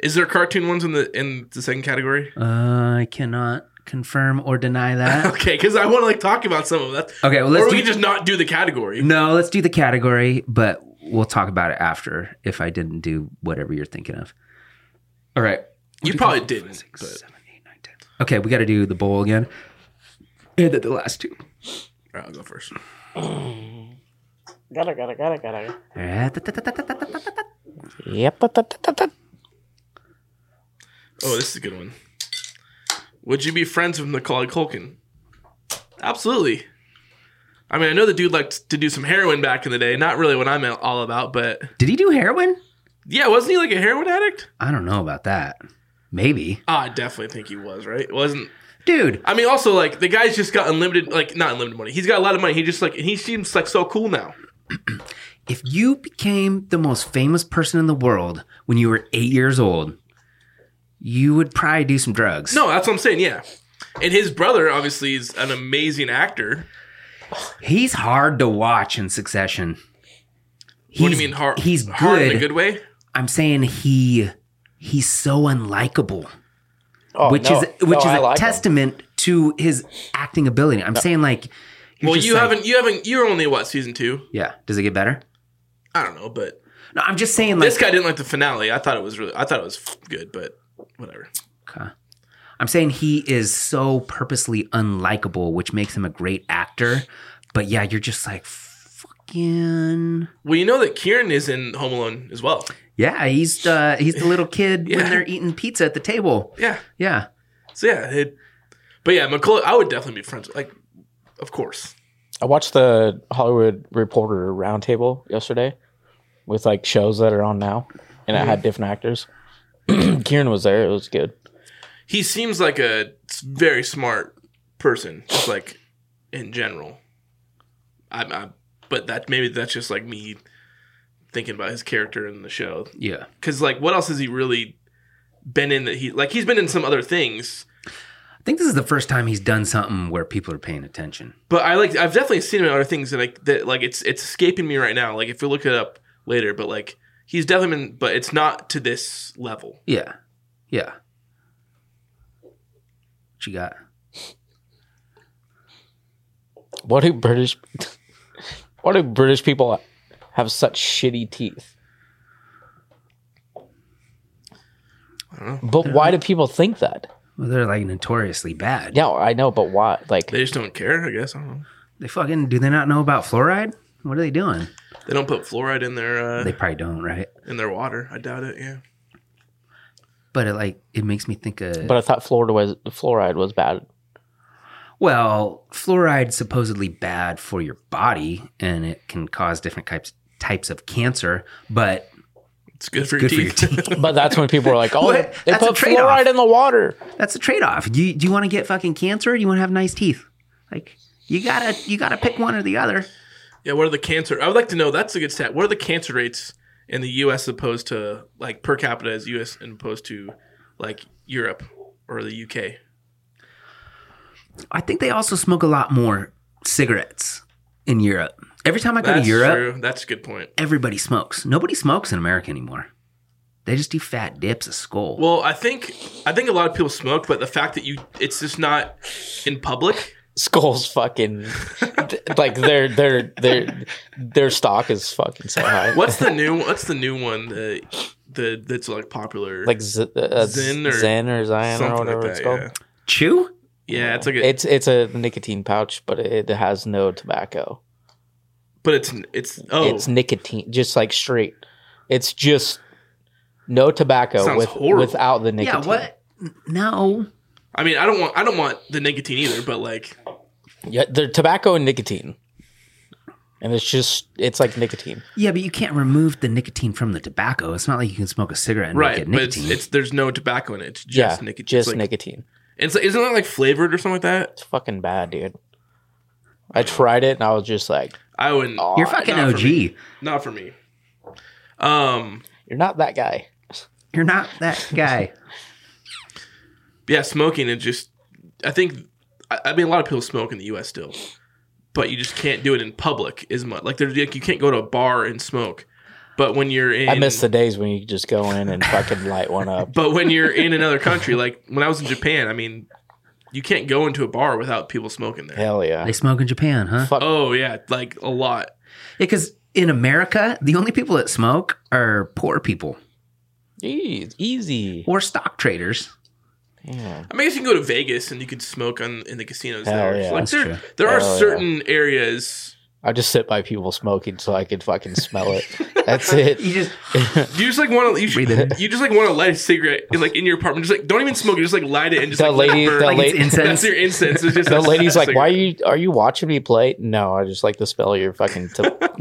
Speaker 2: Is there cartoon ones in the in the second category?
Speaker 1: Uh, I cannot confirm or deny that.
Speaker 2: Okay, because I want to like talk about some of that.
Speaker 1: Okay, well, let's
Speaker 2: or we
Speaker 1: do- Mm,
Speaker 2: can just not do the category.
Speaker 1: no, let's do the category, but we'll talk about it after if I didn't do whatever you're thinking of. All right.
Speaker 2: You probably didn't.
Speaker 1: Six,
Speaker 2: But,
Speaker 1: seven, eight, nine, ten. Okay, we got to do the bowl again. And then the last two.
Speaker 2: all right, I'll go first.
Speaker 3: Gotta, gotta, gotta, gotta.
Speaker 1: All right. Da-da-da-da-da-da-da-da.
Speaker 3: Yep. but that- that- that- that-
Speaker 2: Oh, this is a good one. Would you be friends with Macaulay Culkin? Absolutely. I mean, I know the dude liked to do some heroin back in the day. Not really what I'm all about, but
Speaker 1: Did he do heroin?
Speaker 2: yeah, wasn't he like a heroin addict?
Speaker 1: I don't know about that. Maybe.
Speaker 2: Ah, I definitely think he was. Right? Wasn't
Speaker 1: Dude,
Speaker 2: I mean? Also, like the guy's just got unlimited, like not unlimited money. He's got a lot of money. He just like he seems like so cool now.
Speaker 1: if you became the most famous person in the world when you were eight years old, you would probably do some drugs.
Speaker 2: No, that's what I'm saying. Yeah, and his brother obviously is an amazing actor.
Speaker 1: He's hard to watch in succession.
Speaker 2: What do
Speaker 1: He's-
Speaker 2: you mean hard?
Speaker 1: He's
Speaker 2: hard
Speaker 1: good.
Speaker 2: in a good way.
Speaker 1: I'm saying he he's so unlikable,
Speaker 3: Oh,
Speaker 1: which
Speaker 3: no.
Speaker 1: is which
Speaker 3: No,
Speaker 1: is
Speaker 3: I
Speaker 1: a
Speaker 3: like 'em.
Speaker 1: testament to his acting ability. I'm saying like, you're
Speaker 2: Well,
Speaker 1: just
Speaker 2: you
Speaker 1: like-
Speaker 2: haven't. You haven't. You're only what season two?
Speaker 1: Yeah. Does it get better?
Speaker 2: I don't know, but
Speaker 1: No, I'm just saying like
Speaker 2: this guy didn't like the finale. I thought it was really. I thought it was f- good, but whatever.
Speaker 1: Okay. I'm saying he is so purposely unlikable, which makes him a great actor. But yeah, you're just like, fuck again?
Speaker 2: Well, you know that Kieran is in Home Alone as well.
Speaker 1: Yeah, he's uh, he's the little kid
Speaker 2: Yeah.
Speaker 1: when they're eating pizza at the table.
Speaker 2: Yeah.
Speaker 1: Yeah,
Speaker 2: So yeah, it, but yeah, Macaulay, I would definitely be friends. with- Like, of course.
Speaker 3: I watched the Hollywood Reporter Roundtable yesterday with like shows that are on now, and it
Speaker 1: Mm.
Speaker 3: had different actors. Kieran was there. It was good.
Speaker 2: He seems like a s- very smart person, just like in general. I, I, but that maybe that's just like me thinking about his character in the show.
Speaker 1: yeah.
Speaker 2: Because like, what else has he really been in that he like? He's been in some other things,
Speaker 1: I think this is the first time he's done something where people are paying attention.
Speaker 2: but I like I've definitely seen him in other things that like that like it's it's escaping me right now. Like if we look it up later, but like he's definitely been, but it's not to this level.
Speaker 1: Yeah, yeah. What you got?
Speaker 3: What do British? Why do British people have such shitty teeth?
Speaker 2: I don't know.
Speaker 3: But why do people think that?
Speaker 1: Well, they're like notoriously bad.
Speaker 3: Yeah, I know, but why? Like,
Speaker 2: They just don't care, I guess. I don't know.
Speaker 1: They fucking do they not know about fluoride? What are they doing?
Speaker 2: They don't put fluoride in their uh,
Speaker 1: They probably don't, right?
Speaker 2: in their water. I doubt it. Yeah.
Speaker 1: But it like it makes me think of
Speaker 3: but I thought Florida was fluoride was bad.
Speaker 1: well, fluoride's supposedly bad for your body and it can cause different types types of cancer, but
Speaker 2: It's good, for,
Speaker 1: good
Speaker 2: your teeth.
Speaker 1: for your teeth.
Speaker 3: But that's when people were like, "Oh,
Speaker 1: What?
Speaker 3: they
Speaker 1: That's a
Speaker 3: put
Speaker 1: trade-off.
Speaker 3: fluoride in the water."
Speaker 1: That's a trade off. Do you, do you want to get fucking cancer or do you want to have nice teeth? Like you gotta you gotta pick one or the other.
Speaker 2: yeah. What are the cancer? I would like to know. That's a good stat. What are the cancer rates in the U.S. opposed to like per capita as U.S. and opposed to like Europe or the U.K.
Speaker 1: I think they also smoke a lot more cigarettes in Europe. Every time I go
Speaker 2: That's
Speaker 1: to Europe,
Speaker 2: true. That's a good point.
Speaker 1: everybody smokes. Nobody smokes in America anymore. They just do fat dips of skull.
Speaker 2: Well, I think I think a lot of people smoke, but the fact that you it's just not in public.
Speaker 3: Skull's fucking like their their their their stock is fucking so high.
Speaker 2: What's the new What's the new one that the that's like popular?
Speaker 3: like z- uh,
Speaker 2: Zen
Speaker 3: Zen
Speaker 2: or
Speaker 3: or Zen or Zion or whatever it's called.
Speaker 2: Yeah.
Speaker 1: Chew?
Speaker 2: Yeah, it's like a,
Speaker 3: It's it's a nicotine pouch, but it has no tobacco.
Speaker 2: but it's it's oh
Speaker 3: It's nicotine, just like straight. It's just no tobacco
Speaker 2: Sounds
Speaker 3: with
Speaker 2: horrible.
Speaker 3: without the nicotine.
Speaker 1: Yeah, what? N- No.
Speaker 2: I mean, I don't want I don't want the nicotine either, but like
Speaker 3: Yeah, they're tobacco and nicotine, and it's just it's like nicotine.
Speaker 1: Yeah, but you can't remove the nicotine from the tobacco. It's not like you can smoke a cigarette and not
Speaker 2: right,
Speaker 1: get
Speaker 2: but it's,
Speaker 1: nicotine.
Speaker 2: it's there's no tobacco in it. It's just
Speaker 3: yeah,
Speaker 2: nicotine.
Speaker 3: just
Speaker 2: it's like,
Speaker 3: nicotine.
Speaker 2: It's like, isn't that like flavored or something like that?
Speaker 3: It's fucking bad, dude. I tried it and I was just like,
Speaker 2: I wouldn't.
Speaker 3: "Aw,
Speaker 1: You're fucking
Speaker 2: not for
Speaker 1: OG.
Speaker 2: Not for me. Um.
Speaker 3: you're not that guy.
Speaker 1: You're not that guy.
Speaker 2: Yeah, smoking it just. I think. I, I mean, a lot of people smoke in the U.S. still, but you just can't do it in public as much. Like there's like you can't go to a bar and smoke, but when you're in,
Speaker 3: I miss the days when you could just go in and fucking light one up.
Speaker 2: But when you're in another country, like when I was in Japan, I mean, you can't go into a bar without people smoking there.
Speaker 3: Hell yeah.
Speaker 1: they smoke in Japan, huh?
Speaker 3: Fuck.
Speaker 2: Oh yeah, like a lot.
Speaker 1: Because in America, the only people that smoke are poor people
Speaker 3: Jeez, easy.
Speaker 1: or stock traders.
Speaker 3: Yeah.
Speaker 2: I mean, I guess you can go to Vegas and you can smoke on in the casinos
Speaker 3: Hell
Speaker 2: there.
Speaker 3: yeah.
Speaker 2: like
Speaker 1: That's
Speaker 2: there,
Speaker 1: true.
Speaker 2: there are
Speaker 3: Hell yeah.
Speaker 2: certain areas.
Speaker 3: I just sit by people smoking so I could fucking smell it. That's it.
Speaker 1: You just
Speaker 2: You just like want to. You, should-
Speaker 1: Breathe in.
Speaker 2: you just like want to light a cigarette like in your apartment. Just like don't even smoke. it. Just like light it and just
Speaker 3: The
Speaker 2: like, let it
Speaker 3: lady-
Speaker 2: burn.
Speaker 3: the
Speaker 1: like it's
Speaker 3: la-
Speaker 2: that's
Speaker 1: incense.
Speaker 2: your incense. It's just
Speaker 3: The
Speaker 2: a-
Speaker 3: lady's
Speaker 2: a
Speaker 3: like, "Why are
Speaker 2: cigarette.
Speaker 3: you are you watching me play?" No, I just like the smell of your fucking t-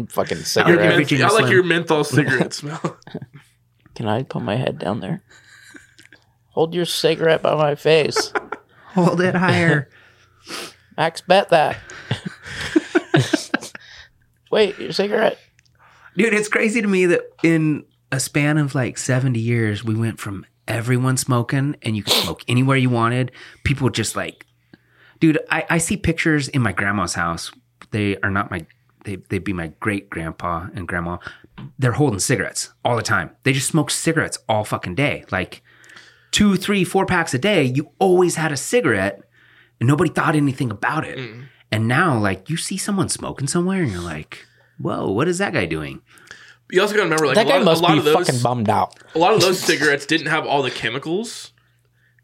Speaker 3: fucking
Speaker 1: You're
Speaker 3: cigarette.
Speaker 2: Menth-
Speaker 1: Virginia
Speaker 2: I like
Speaker 1: Slim.
Speaker 2: your menthol cigarette smell.
Speaker 3: Can I put my head down there? Hold your cigarette by my face.
Speaker 1: hold it higher.
Speaker 3: Max bet that. Wait, your cigarette.
Speaker 1: Dude, it's crazy to me that in a span of like 70 years, we went from everyone smoking and you could smoke anywhere you wanted. People just like, dude, I, I see pictures in my grandma's house. They are not my, they, they'd be my great grandpa and grandma. They're holding cigarettes all the time. They just smoke cigarettes all fucking day. Like two, three, four packs a day. You always had a cigarette and nobody thought anything about it. And now, like, you see someone smoking somewhere and you're like, whoa, what is that guy doing?
Speaker 2: You also gotta remember like
Speaker 3: That
Speaker 2: a lot,
Speaker 3: guy
Speaker 2: of-
Speaker 3: must
Speaker 2: a lot
Speaker 3: be
Speaker 2: of those
Speaker 3: fucking bummed out.
Speaker 2: a lot of those cigarettes didn't have all the chemicals.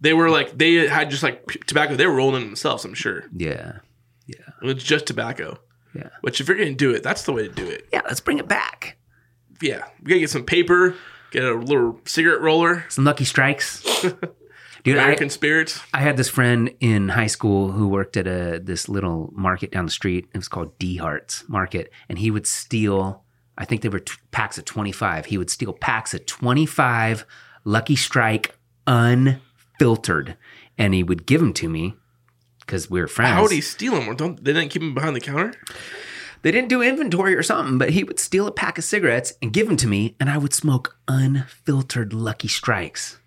Speaker 2: They were like they had just like p- tobacco. They were rolling themselves. I'm sure
Speaker 1: Yeah.
Speaker 2: it was just tobacco.
Speaker 1: Yeah.
Speaker 2: Which, if you're going to do it, that's the way to do it.
Speaker 1: Yeah, let's bring it back.
Speaker 2: Yeah. We got to get some paper, get a little cigarette roller,
Speaker 1: Some lucky strikes. Dude, I,
Speaker 2: American spirits.
Speaker 1: I had this friend in high school who worked at a this little market down the street. It was called D Hearts Market, and he would steal. I think they were t- packs of twenty five. He would steal packs of twenty five Lucky Strike unfiltered, and he would give them to me because we were friends.
Speaker 2: How would he steal them? Don't, they didn't keep them behind the counter?
Speaker 1: They didn't do inventory or something, but he would steal a pack of cigarettes and give them to me, and I would smoke unfiltered Lucky Strikes.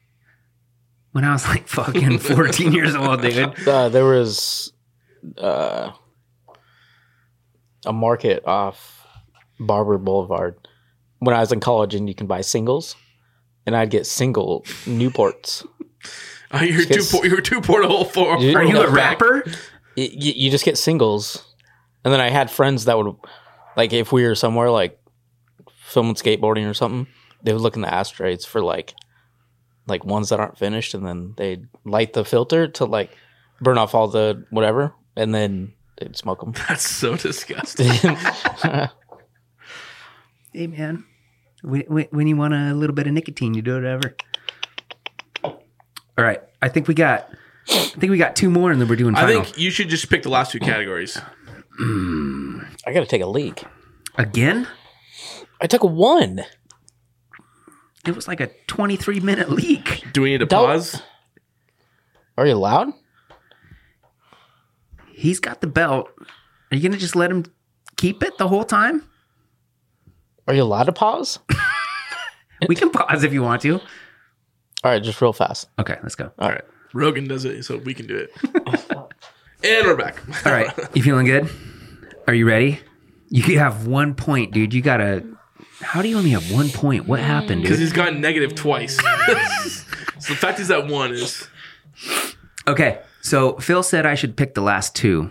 Speaker 1: When I was like fucking fourteen years old, dude.
Speaker 3: Uh, there was uh, a market off Barber Boulevard when I was in college, and you can buy singles, and I'd get single Newports.
Speaker 2: Oh, you're too
Speaker 3: Yes.
Speaker 2: poor. You're too poor to hold for.
Speaker 3: You-
Speaker 1: Are you a
Speaker 3: Back.
Speaker 1: rapper?
Speaker 3: Y- y- you just get singles, and then I had friends that would, like, if we were somewhere like filming skateboarding or something, they would look in the asteroids for like, like ones that aren't finished, and then they'd light the filter to like burn off all the whatever, and then they'd smoke them.
Speaker 2: That's so disgusting.
Speaker 1: Hey man, when, when, when you want a little bit of nicotine, you do whatever. All right, I think we got, I think we got two more, and then we're doing
Speaker 2: I
Speaker 1: final
Speaker 2: think you should just pick the last two categories.
Speaker 3: I gotta take a leak.
Speaker 1: again.
Speaker 3: I took one.
Speaker 1: It was like a twenty-three minute leak.
Speaker 2: Do we need to
Speaker 3: Don't-
Speaker 2: pause?
Speaker 3: Are you loud?
Speaker 1: He's got the belt. Are you gonna just let him keep it the whole time?
Speaker 3: Are you allowed to pause?
Speaker 1: We can pause if you want to.
Speaker 3: All right, just real fast.
Speaker 1: Okay, let's go.
Speaker 2: Uh,
Speaker 3: All right.
Speaker 2: Rogan does it, so we can do it. and we're back.
Speaker 1: All right, you feeling good? Are you ready? You have one point, dude. You gotta. How do you only have one point? What happened, dude?
Speaker 2: Because he's gotten negative twice. so the fact is that one is
Speaker 1: Okay, so Phil said I should pick the last two.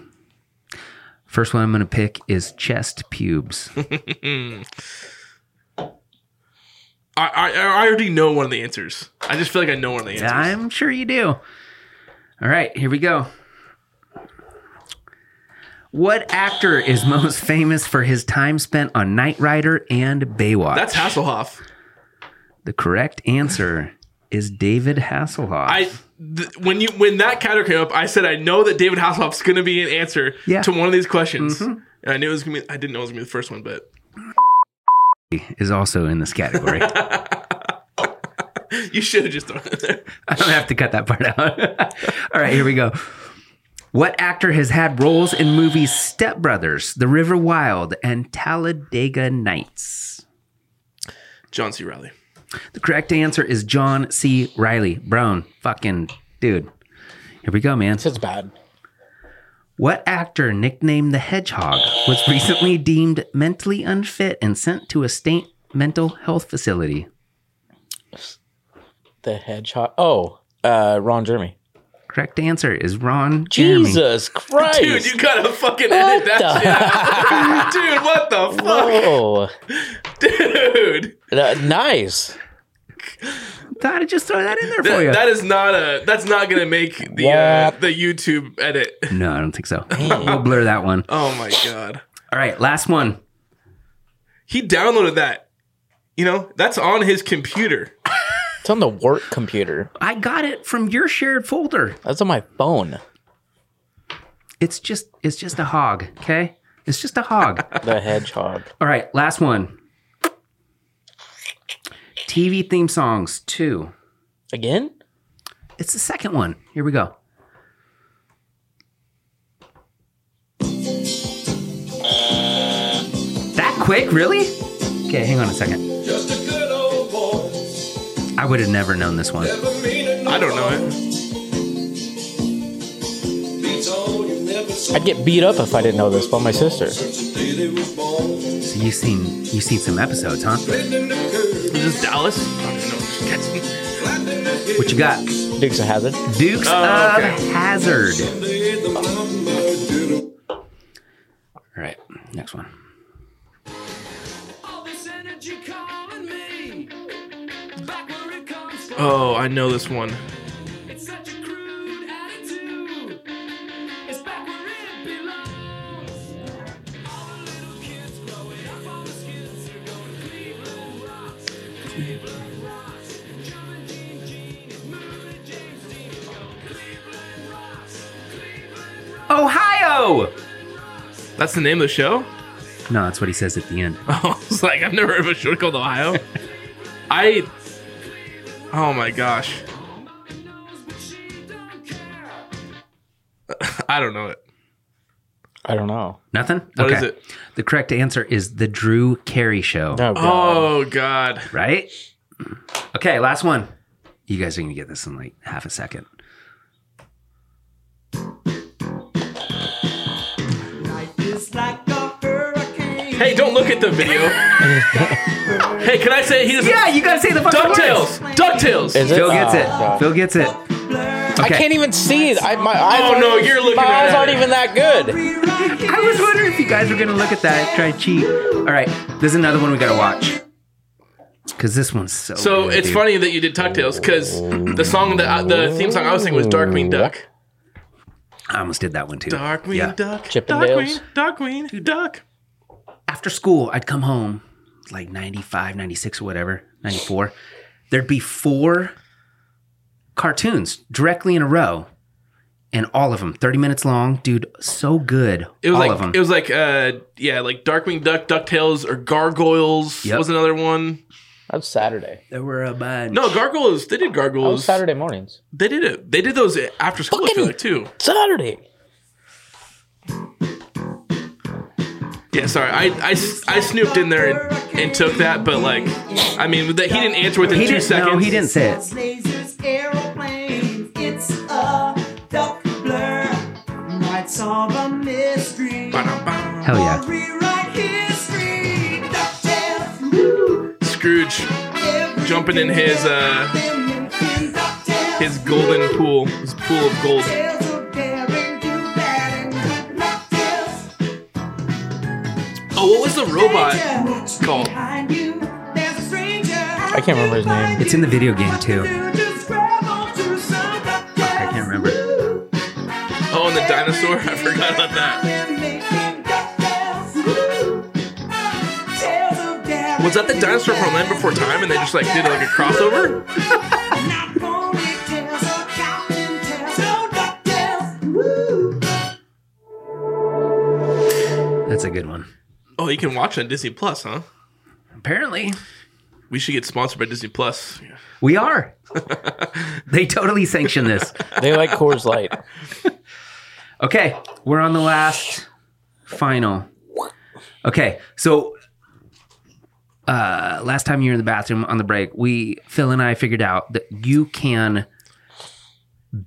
Speaker 1: First one I'm going to pick is chest pubes.
Speaker 2: I, I I already know one of the answers. I just feel like I know one of the answers.
Speaker 1: I'm sure you do. All right, here we go. What actor is most famous for his time spent on Knight Rider and Baywatch?
Speaker 2: That's Hasselhoff.
Speaker 1: the correct answer is David Hasselhoff.
Speaker 2: I th- when you when that category came up, I said I know that David Hasselhoff's going to be an answer
Speaker 1: Yeah.
Speaker 2: to one of these questions.
Speaker 3: Mm-hmm.
Speaker 2: And I knew it was going to be. I didn't know it was going to be the first one, but
Speaker 1: is also in this category. I
Speaker 2: you should have just thrown it there.
Speaker 1: don't have to cut that part out. All right, here we go. What actor has had roles in movies Step Brothers, The River Wild, and Talladega Nights?
Speaker 2: John C. Riley.
Speaker 1: The correct answer is John C. Riley Brown. Fucking dude. Here we go, man.
Speaker 3: It's bad.
Speaker 1: What actor nicknamed the Hedgehog was recently deemed mentally unfit and sent to a state mental health facility?
Speaker 3: The hedgehog. Oh, uh, Ron Jeremy.
Speaker 1: Correct answer is Ron Jeremy.
Speaker 3: Jesus Christ.
Speaker 2: Dude, you gotta fucking edit
Speaker 3: What the-
Speaker 2: that shit. Dude, what the fuck?
Speaker 3: Whoa.
Speaker 2: Dude.
Speaker 3: Uh, nice.
Speaker 1: Thought I'd just throw that in there for you.
Speaker 2: That, that is not a that's not gonna make the uh,
Speaker 3: Oh, What?
Speaker 2: the YouTube edit.
Speaker 1: no, I don't think so. we'll blur that one.
Speaker 2: Oh my god.
Speaker 1: All right, last one.
Speaker 2: He downloaded that. You know, that's on his computer.
Speaker 3: It's on the work computer.
Speaker 1: I got it from your shared folder.
Speaker 3: That's on my phone.
Speaker 1: It's just it's just a hog, okay? It's just a hog.
Speaker 3: The hedgehog.
Speaker 1: All right, last one. TV theme songs two.
Speaker 3: Again?
Speaker 1: It's the second one. Here we go. That quick, really? Okay, hang on a second.
Speaker 5: Just a good old boy,
Speaker 1: I would have never known this one.
Speaker 5: never meaning no
Speaker 2: I don't know
Speaker 5: harm.
Speaker 2: it.
Speaker 5: Beats all you never saw.
Speaker 3: I'd get beat up if I didn't know this by my sister.
Speaker 5: Since the day they was born,
Speaker 1: So you've seen you've seen some episodes, huh?
Speaker 5: bending the curve,
Speaker 2: Is this Dallas? I don't even know. Just catch-
Speaker 5: flattening the hill.
Speaker 1: What you got?
Speaker 3: Dukes of Hazard.
Speaker 1: Dukes
Speaker 2: Oh, okay.
Speaker 1: of Hazard.
Speaker 5: Someday the mountain might do the-
Speaker 1: All right, next one.
Speaker 4: All this energy calling me back where it comes from.
Speaker 2: Oh, I know this one.
Speaker 4: It's such a crude attitude. It's back where it belongs. All the
Speaker 1: Ohio!
Speaker 2: That's the name of the show?
Speaker 1: No, that's what he says at the end.
Speaker 2: I was like, I've never heard of a show called Ohio. I. Oh my gosh. I don't know it.
Speaker 3: I don't know.
Speaker 1: Nothing?
Speaker 2: What is it?
Speaker 1: The correct answer is The Drew Carey Show.
Speaker 3: Oh, God.
Speaker 2: Oh God.
Speaker 1: Right? Okay, last one. You guys are going to get this in like half a second.
Speaker 2: Hey, don't look at the video. hey, can I say he doesn't?
Speaker 1: Yeah, you got to say the fucking words.
Speaker 2: Ducktales. Ducktales.
Speaker 3: Is it?
Speaker 1: Phil gets it.
Speaker 3: Oh, God.
Speaker 1: Phil gets it.
Speaker 3: I can't even see it. I, my eyes
Speaker 2: Oh,
Speaker 3: aren't-
Speaker 2: no, you're looking
Speaker 3: My
Speaker 2: right
Speaker 3: eyes
Speaker 2: at
Speaker 3: aren't
Speaker 2: it.
Speaker 3: even that good.
Speaker 1: I was wondering if you guys were going to look at that and try to cheat. All right, there's another one we got to watch. Because this one's so.
Speaker 2: So
Speaker 1: good,
Speaker 2: it's
Speaker 1: dude.
Speaker 2: funny that you did Ducktales because the song that I, the theme song I was thinking was Dark Mean Duck.
Speaker 1: I almost did that one too.
Speaker 2: Dark Mean
Speaker 1: Yeah.
Speaker 2: Duck. Dark Mean,
Speaker 3: Chippendales.
Speaker 2: Dark Mean Duck.
Speaker 1: after school, I'd come home, it's like 95, 96 or whatever, 94. There'd be four cartoons directly in a row, and all of them 30 minutes long. Dude, so good.
Speaker 2: It was
Speaker 1: all
Speaker 2: like
Speaker 1: of them.
Speaker 2: it was like uh yeah like Darkwing Duck, Ducktales, or Gargoyles
Speaker 1: Yep.
Speaker 2: was another one.
Speaker 3: That was Saturday.
Speaker 1: there were a bunch.
Speaker 2: No, Gargoyles. They did
Speaker 3: That was
Speaker 2: Gargoyles.
Speaker 3: Oh, Saturday mornings.
Speaker 2: They did it. They did those after school I feel like, too.
Speaker 3: Saturday.
Speaker 2: Yeah, sorry. I, I, I snooped in there and, and took that, but like, I mean, that he didn't answer within
Speaker 1: he
Speaker 2: 2
Speaker 1: didn't,
Speaker 2: seconds.
Speaker 1: no, he didn't say it.
Speaker 6: Lasers, aeroplanes, it's a duck blur. Might solve a mystery.
Speaker 2: Ba-dum-bum.
Speaker 1: Hell Oh, yeah.
Speaker 6: Rewrite history. DuckTales.
Speaker 2: Scrooge
Speaker 6: Everything
Speaker 2: jumping in his uh
Speaker 6: happened in DuckTales.
Speaker 2: his golden pool, his pool of gold.
Speaker 6: Tales of daring, do bad and good luck tales.
Speaker 2: Oh, what was the robot
Speaker 6: Danger
Speaker 2: called?
Speaker 6: behind you. There's a stranger.
Speaker 3: I can't remember his name.
Speaker 1: It's in the video game too.
Speaker 6: I
Speaker 1: can't remember.
Speaker 2: Oh, and the dinosaur. I forgot about that. Was that the dinosaur from Land Before Time, and they just like did like a crossover?
Speaker 1: That's a good one.
Speaker 2: Oh, you can watch on Disney Plus, huh?
Speaker 1: Apparently,
Speaker 2: We should get sponsored by Disney Plus.
Speaker 1: we are. they totally sanction this.
Speaker 3: They like Coors Light.
Speaker 1: Okay, we're on the last final. Okay, so uh, last time you were in the bathroom on the break, we Phil and I figured out that you can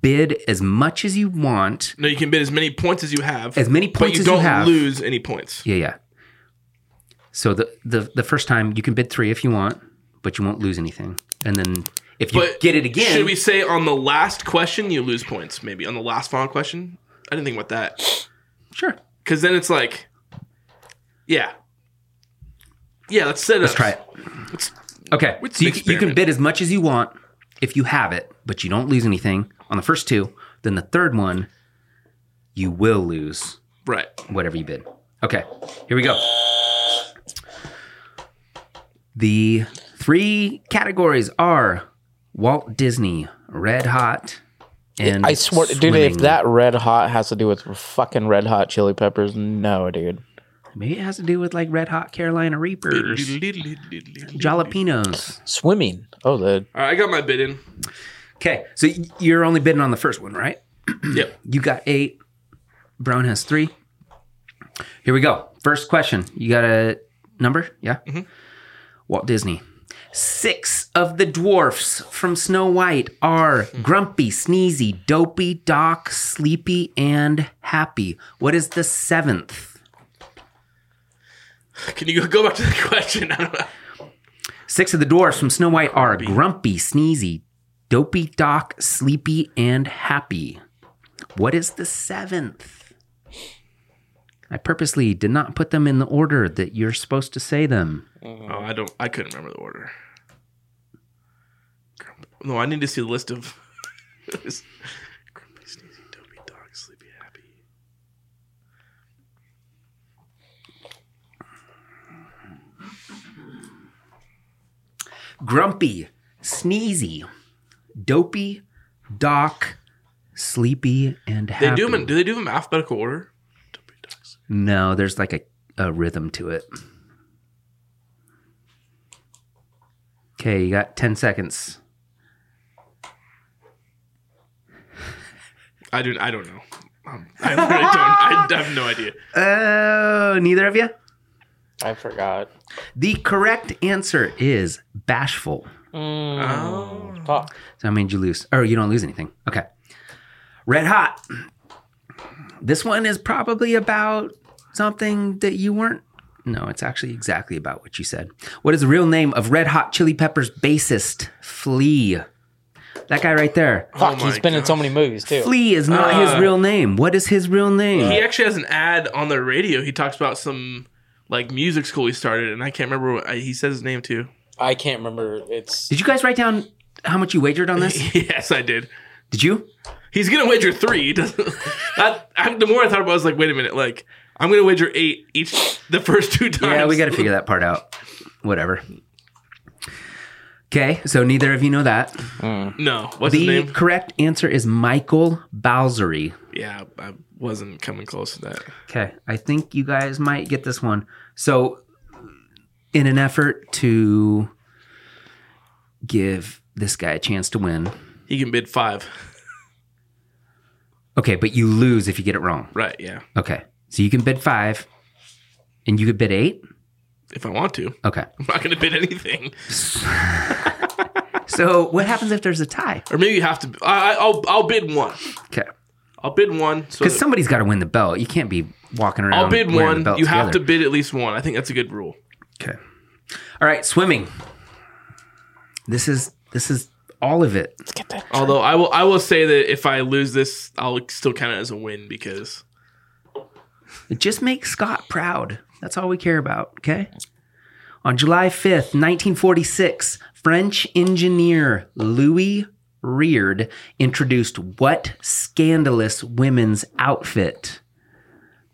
Speaker 1: bid as much as you want,
Speaker 2: No, you can bid as many points as you have,
Speaker 1: as many
Speaker 2: but
Speaker 1: points
Speaker 2: you
Speaker 1: as you
Speaker 2: don't
Speaker 1: have.
Speaker 2: lose any points.
Speaker 1: Yeah, yeah. So the, the the first time you can bid three if you want, but you won't lose anything. And then if you
Speaker 2: But
Speaker 1: get it again,
Speaker 2: Should we say on the last question you lose points? Maybe on the last final question. I didn't think about that
Speaker 1: sure,
Speaker 2: because then it's like, yeah, yeah. Let's set it.
Speaker 1: let's
Speaker 2: up.
Speaker 1: try it. Okay.
Speaker 2: It's
Speaker 1: so you,
Speaker 2: an
Speaker 1: you can
Speaker 2: experiment.
Speaker 1: bid as much as you want if you have it, but you don't lose anything on the first two. Then the third one, you will lose
Speaker 2: Right.
Speaker 1: whatever you bid. Okay. Here we go. The three categories are Walt Disney, Red Hot, and
Speaker 3: I swear, dude,
Speaker 1: swimming.
Speaker 3: if that red hot has to do with fucking red hot chili peppers, no, dude.
Speaker 1: maybe it has to do with like Red Hot Carolina Reapers,
Speaker 2: All
Speaker 1: Jalapenos.
Speaker 3: Swimming. Oh, the
Speaker 2: right, I got my bid in.
Speaker 1: Okay, so y- you're only bidding on the first one, right?
Speaker 2: Yep.
Speaker 1: You got eight. Brown has three. Here we go. First question. You got a number? Yeah. Walt Disney. Six of the dwarfs from Snow White are grumpy, sneezy, dopey, doc, sleepy, and happy. What is the seventh?
Speaker 2: Can you go- go back to the question? I don't know.
Speaker 1: Six of the dwarfs from Snow White are grumpy, sneezy, dopey, doc, sleepy, and happy. What is the seventh? I purposely did not put them in the order that you're supposed to say them.
Speaker 2: Oh, I don't. I couldn't remember the order. Grump- No, I need to see the list of. Grumpy, sneezy, dopey, dog, sleepy, happy.
Speaker 1: grumpy, sneezy, dopey, doc, sleepy, and happy.
Speaker 2: They do them. In, do they do them in alphabetical order?
Speaker 1: No, there's like a, a rhythm to it. Okay, you got 10 seconds.
Speaker 2: I do. I don't know. Um, I literally don't. I have no idea.
Speaker 1: Oh, neither of you?
Speaker 3: I forgot.
Speaker 1: The correct answer is bashful.
Speaker 2: Oh.
Speaker 3: Fuck.
Speaker 1: So how many did you lose? Or you don't lose anything. Okay. Red hot. This one is probably about something that you weren't. No, it's actually exactly about what you said. What is the real name of Red Hot Chili Peppers bassist Flea? That guy right there.
Speaker 3: Fuck,
Speaker 2: my
Speaker 3: he's been in so
Speaker 2: gosh.
Speaker 3: many movies too.
Speaker 1: Flea is not
Speaker 2: Uh,
Speaker 1: his real name. What is his real name?
Speaker 2: He actually has an ad on the radio. He talks about some like music school he started, and I can't remember what I, he says his name to.
Speaker 3: I can't remember. It's
Speaker 1: Did you guys write down how much you wagered on this?
Speaker 2: yes, I did.
Speaker 1: Did you?
Speaker 2: He's gonna wager three. He doesn't- that, I, the more I thought about, it, I was like, wait a minute, like I'm gonna wager eight each the first two times.
Speaker 1: Yeah, we got to figure that part out. Whatever. Okay, so neither of you know that.
Speaker 2: No, what's
Speaker 1: the
Speaker 2: his name?
Speaker 1: correct answer is Michael Bowsery.
Speaker 2: Yeah, I wasn't coming close to that.
Speaker 1: Okay, I think you guys might get this one. So, in an effort to give this guy a chance to win,
Speaker 2: He can bid five.
Speaker 1: okay, but you lose if you get it wrong.
Speaker 2: Right? Yeah,
Speaker 1: Okay, so you can bid five, and you could bid eight.
Speaker 2: if I want to,
Speaker 1: Okay,
Speaker 2: I'm not gonna bid anything.
Speaker 1: so what happens if there's a tie?
Speaker 2: Or maybe you have to. I, I- I'll I'll bid one.
Speaker 1: Okay,
Speaker 2: I'll bid one. So
Speaker 1: because somebody's got to win the belt. You can't be walking around.
Speaker 2: I'll bid
Speaker 1: wearing the
Speaker 2: one.
Speaker 1: belt
Speaker 2: You have to
Speaker 1: together.
Speaker 2: bid at least one. I think that's a good rule.
Speaker 1: Okay. All right, swimming. This is this is all of it.
Speaker 3: Let's get that.
Speaker 2: Although I will, I will say that if I lose this, I'll still count it as a win because
Speaker 1: Just make Scott proud. That's all we care about, okay? On July 5th, 1946, French engineer Louis Reard introduced what scandalous women's outfit?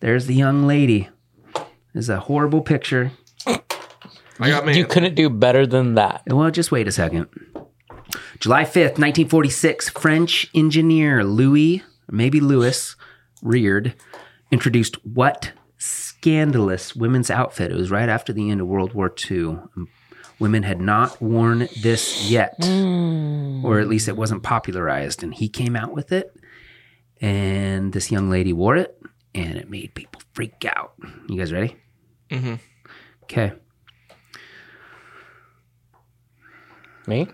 Speaker 1: There's the young lady. There's a horrible picture.
Speaker 2: I got
Speaker 3: You couldn't do better than that.
Speaker 1: Well, just wait a second. July 5th, 1946, French engineer Louis, maybe Louis, Reard, introduced what scandalous women's outfit? It was right after the end of World War II. Women had not worn this yet, or at least it wasn't popularized. And he came out with it, and this young lady wore it, and it made people freak out. You guys ready? Mm-hmm. Okay.
Speaker 3: Me?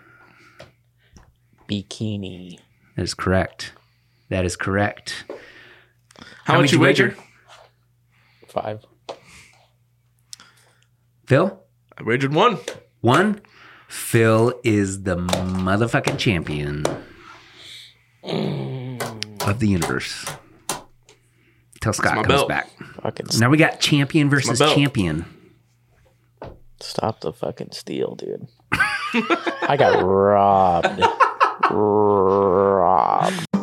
Speaker 3: Bikini.
Speaker 1: That is correct. That is correct.
Speaker 2: How,
Speaker 1: How
Speaker 2: much
Speaker 1: many
Speaker 2: you
Speaker 1: did you
Speaker 2: wager?
Speaker 1: wager?
Speaker 3: Five.
Speaker 1: Phil,
Speaker 2: I wagered one.
Speaker 1: one. Phil is the motherfucking champion of the universe. Till Scott
Speaker 2: Mm. my
Speaker 1: comes
Speaker 2: belt.
Speaker 1: back.
Speaker 3: Fucking
Speaker 1: Now we got champion versus
Speaker 2: belt.
Speaker 1: champion.
Speaker 3: Stop the fucking steal, dude. I got robbed. robbed.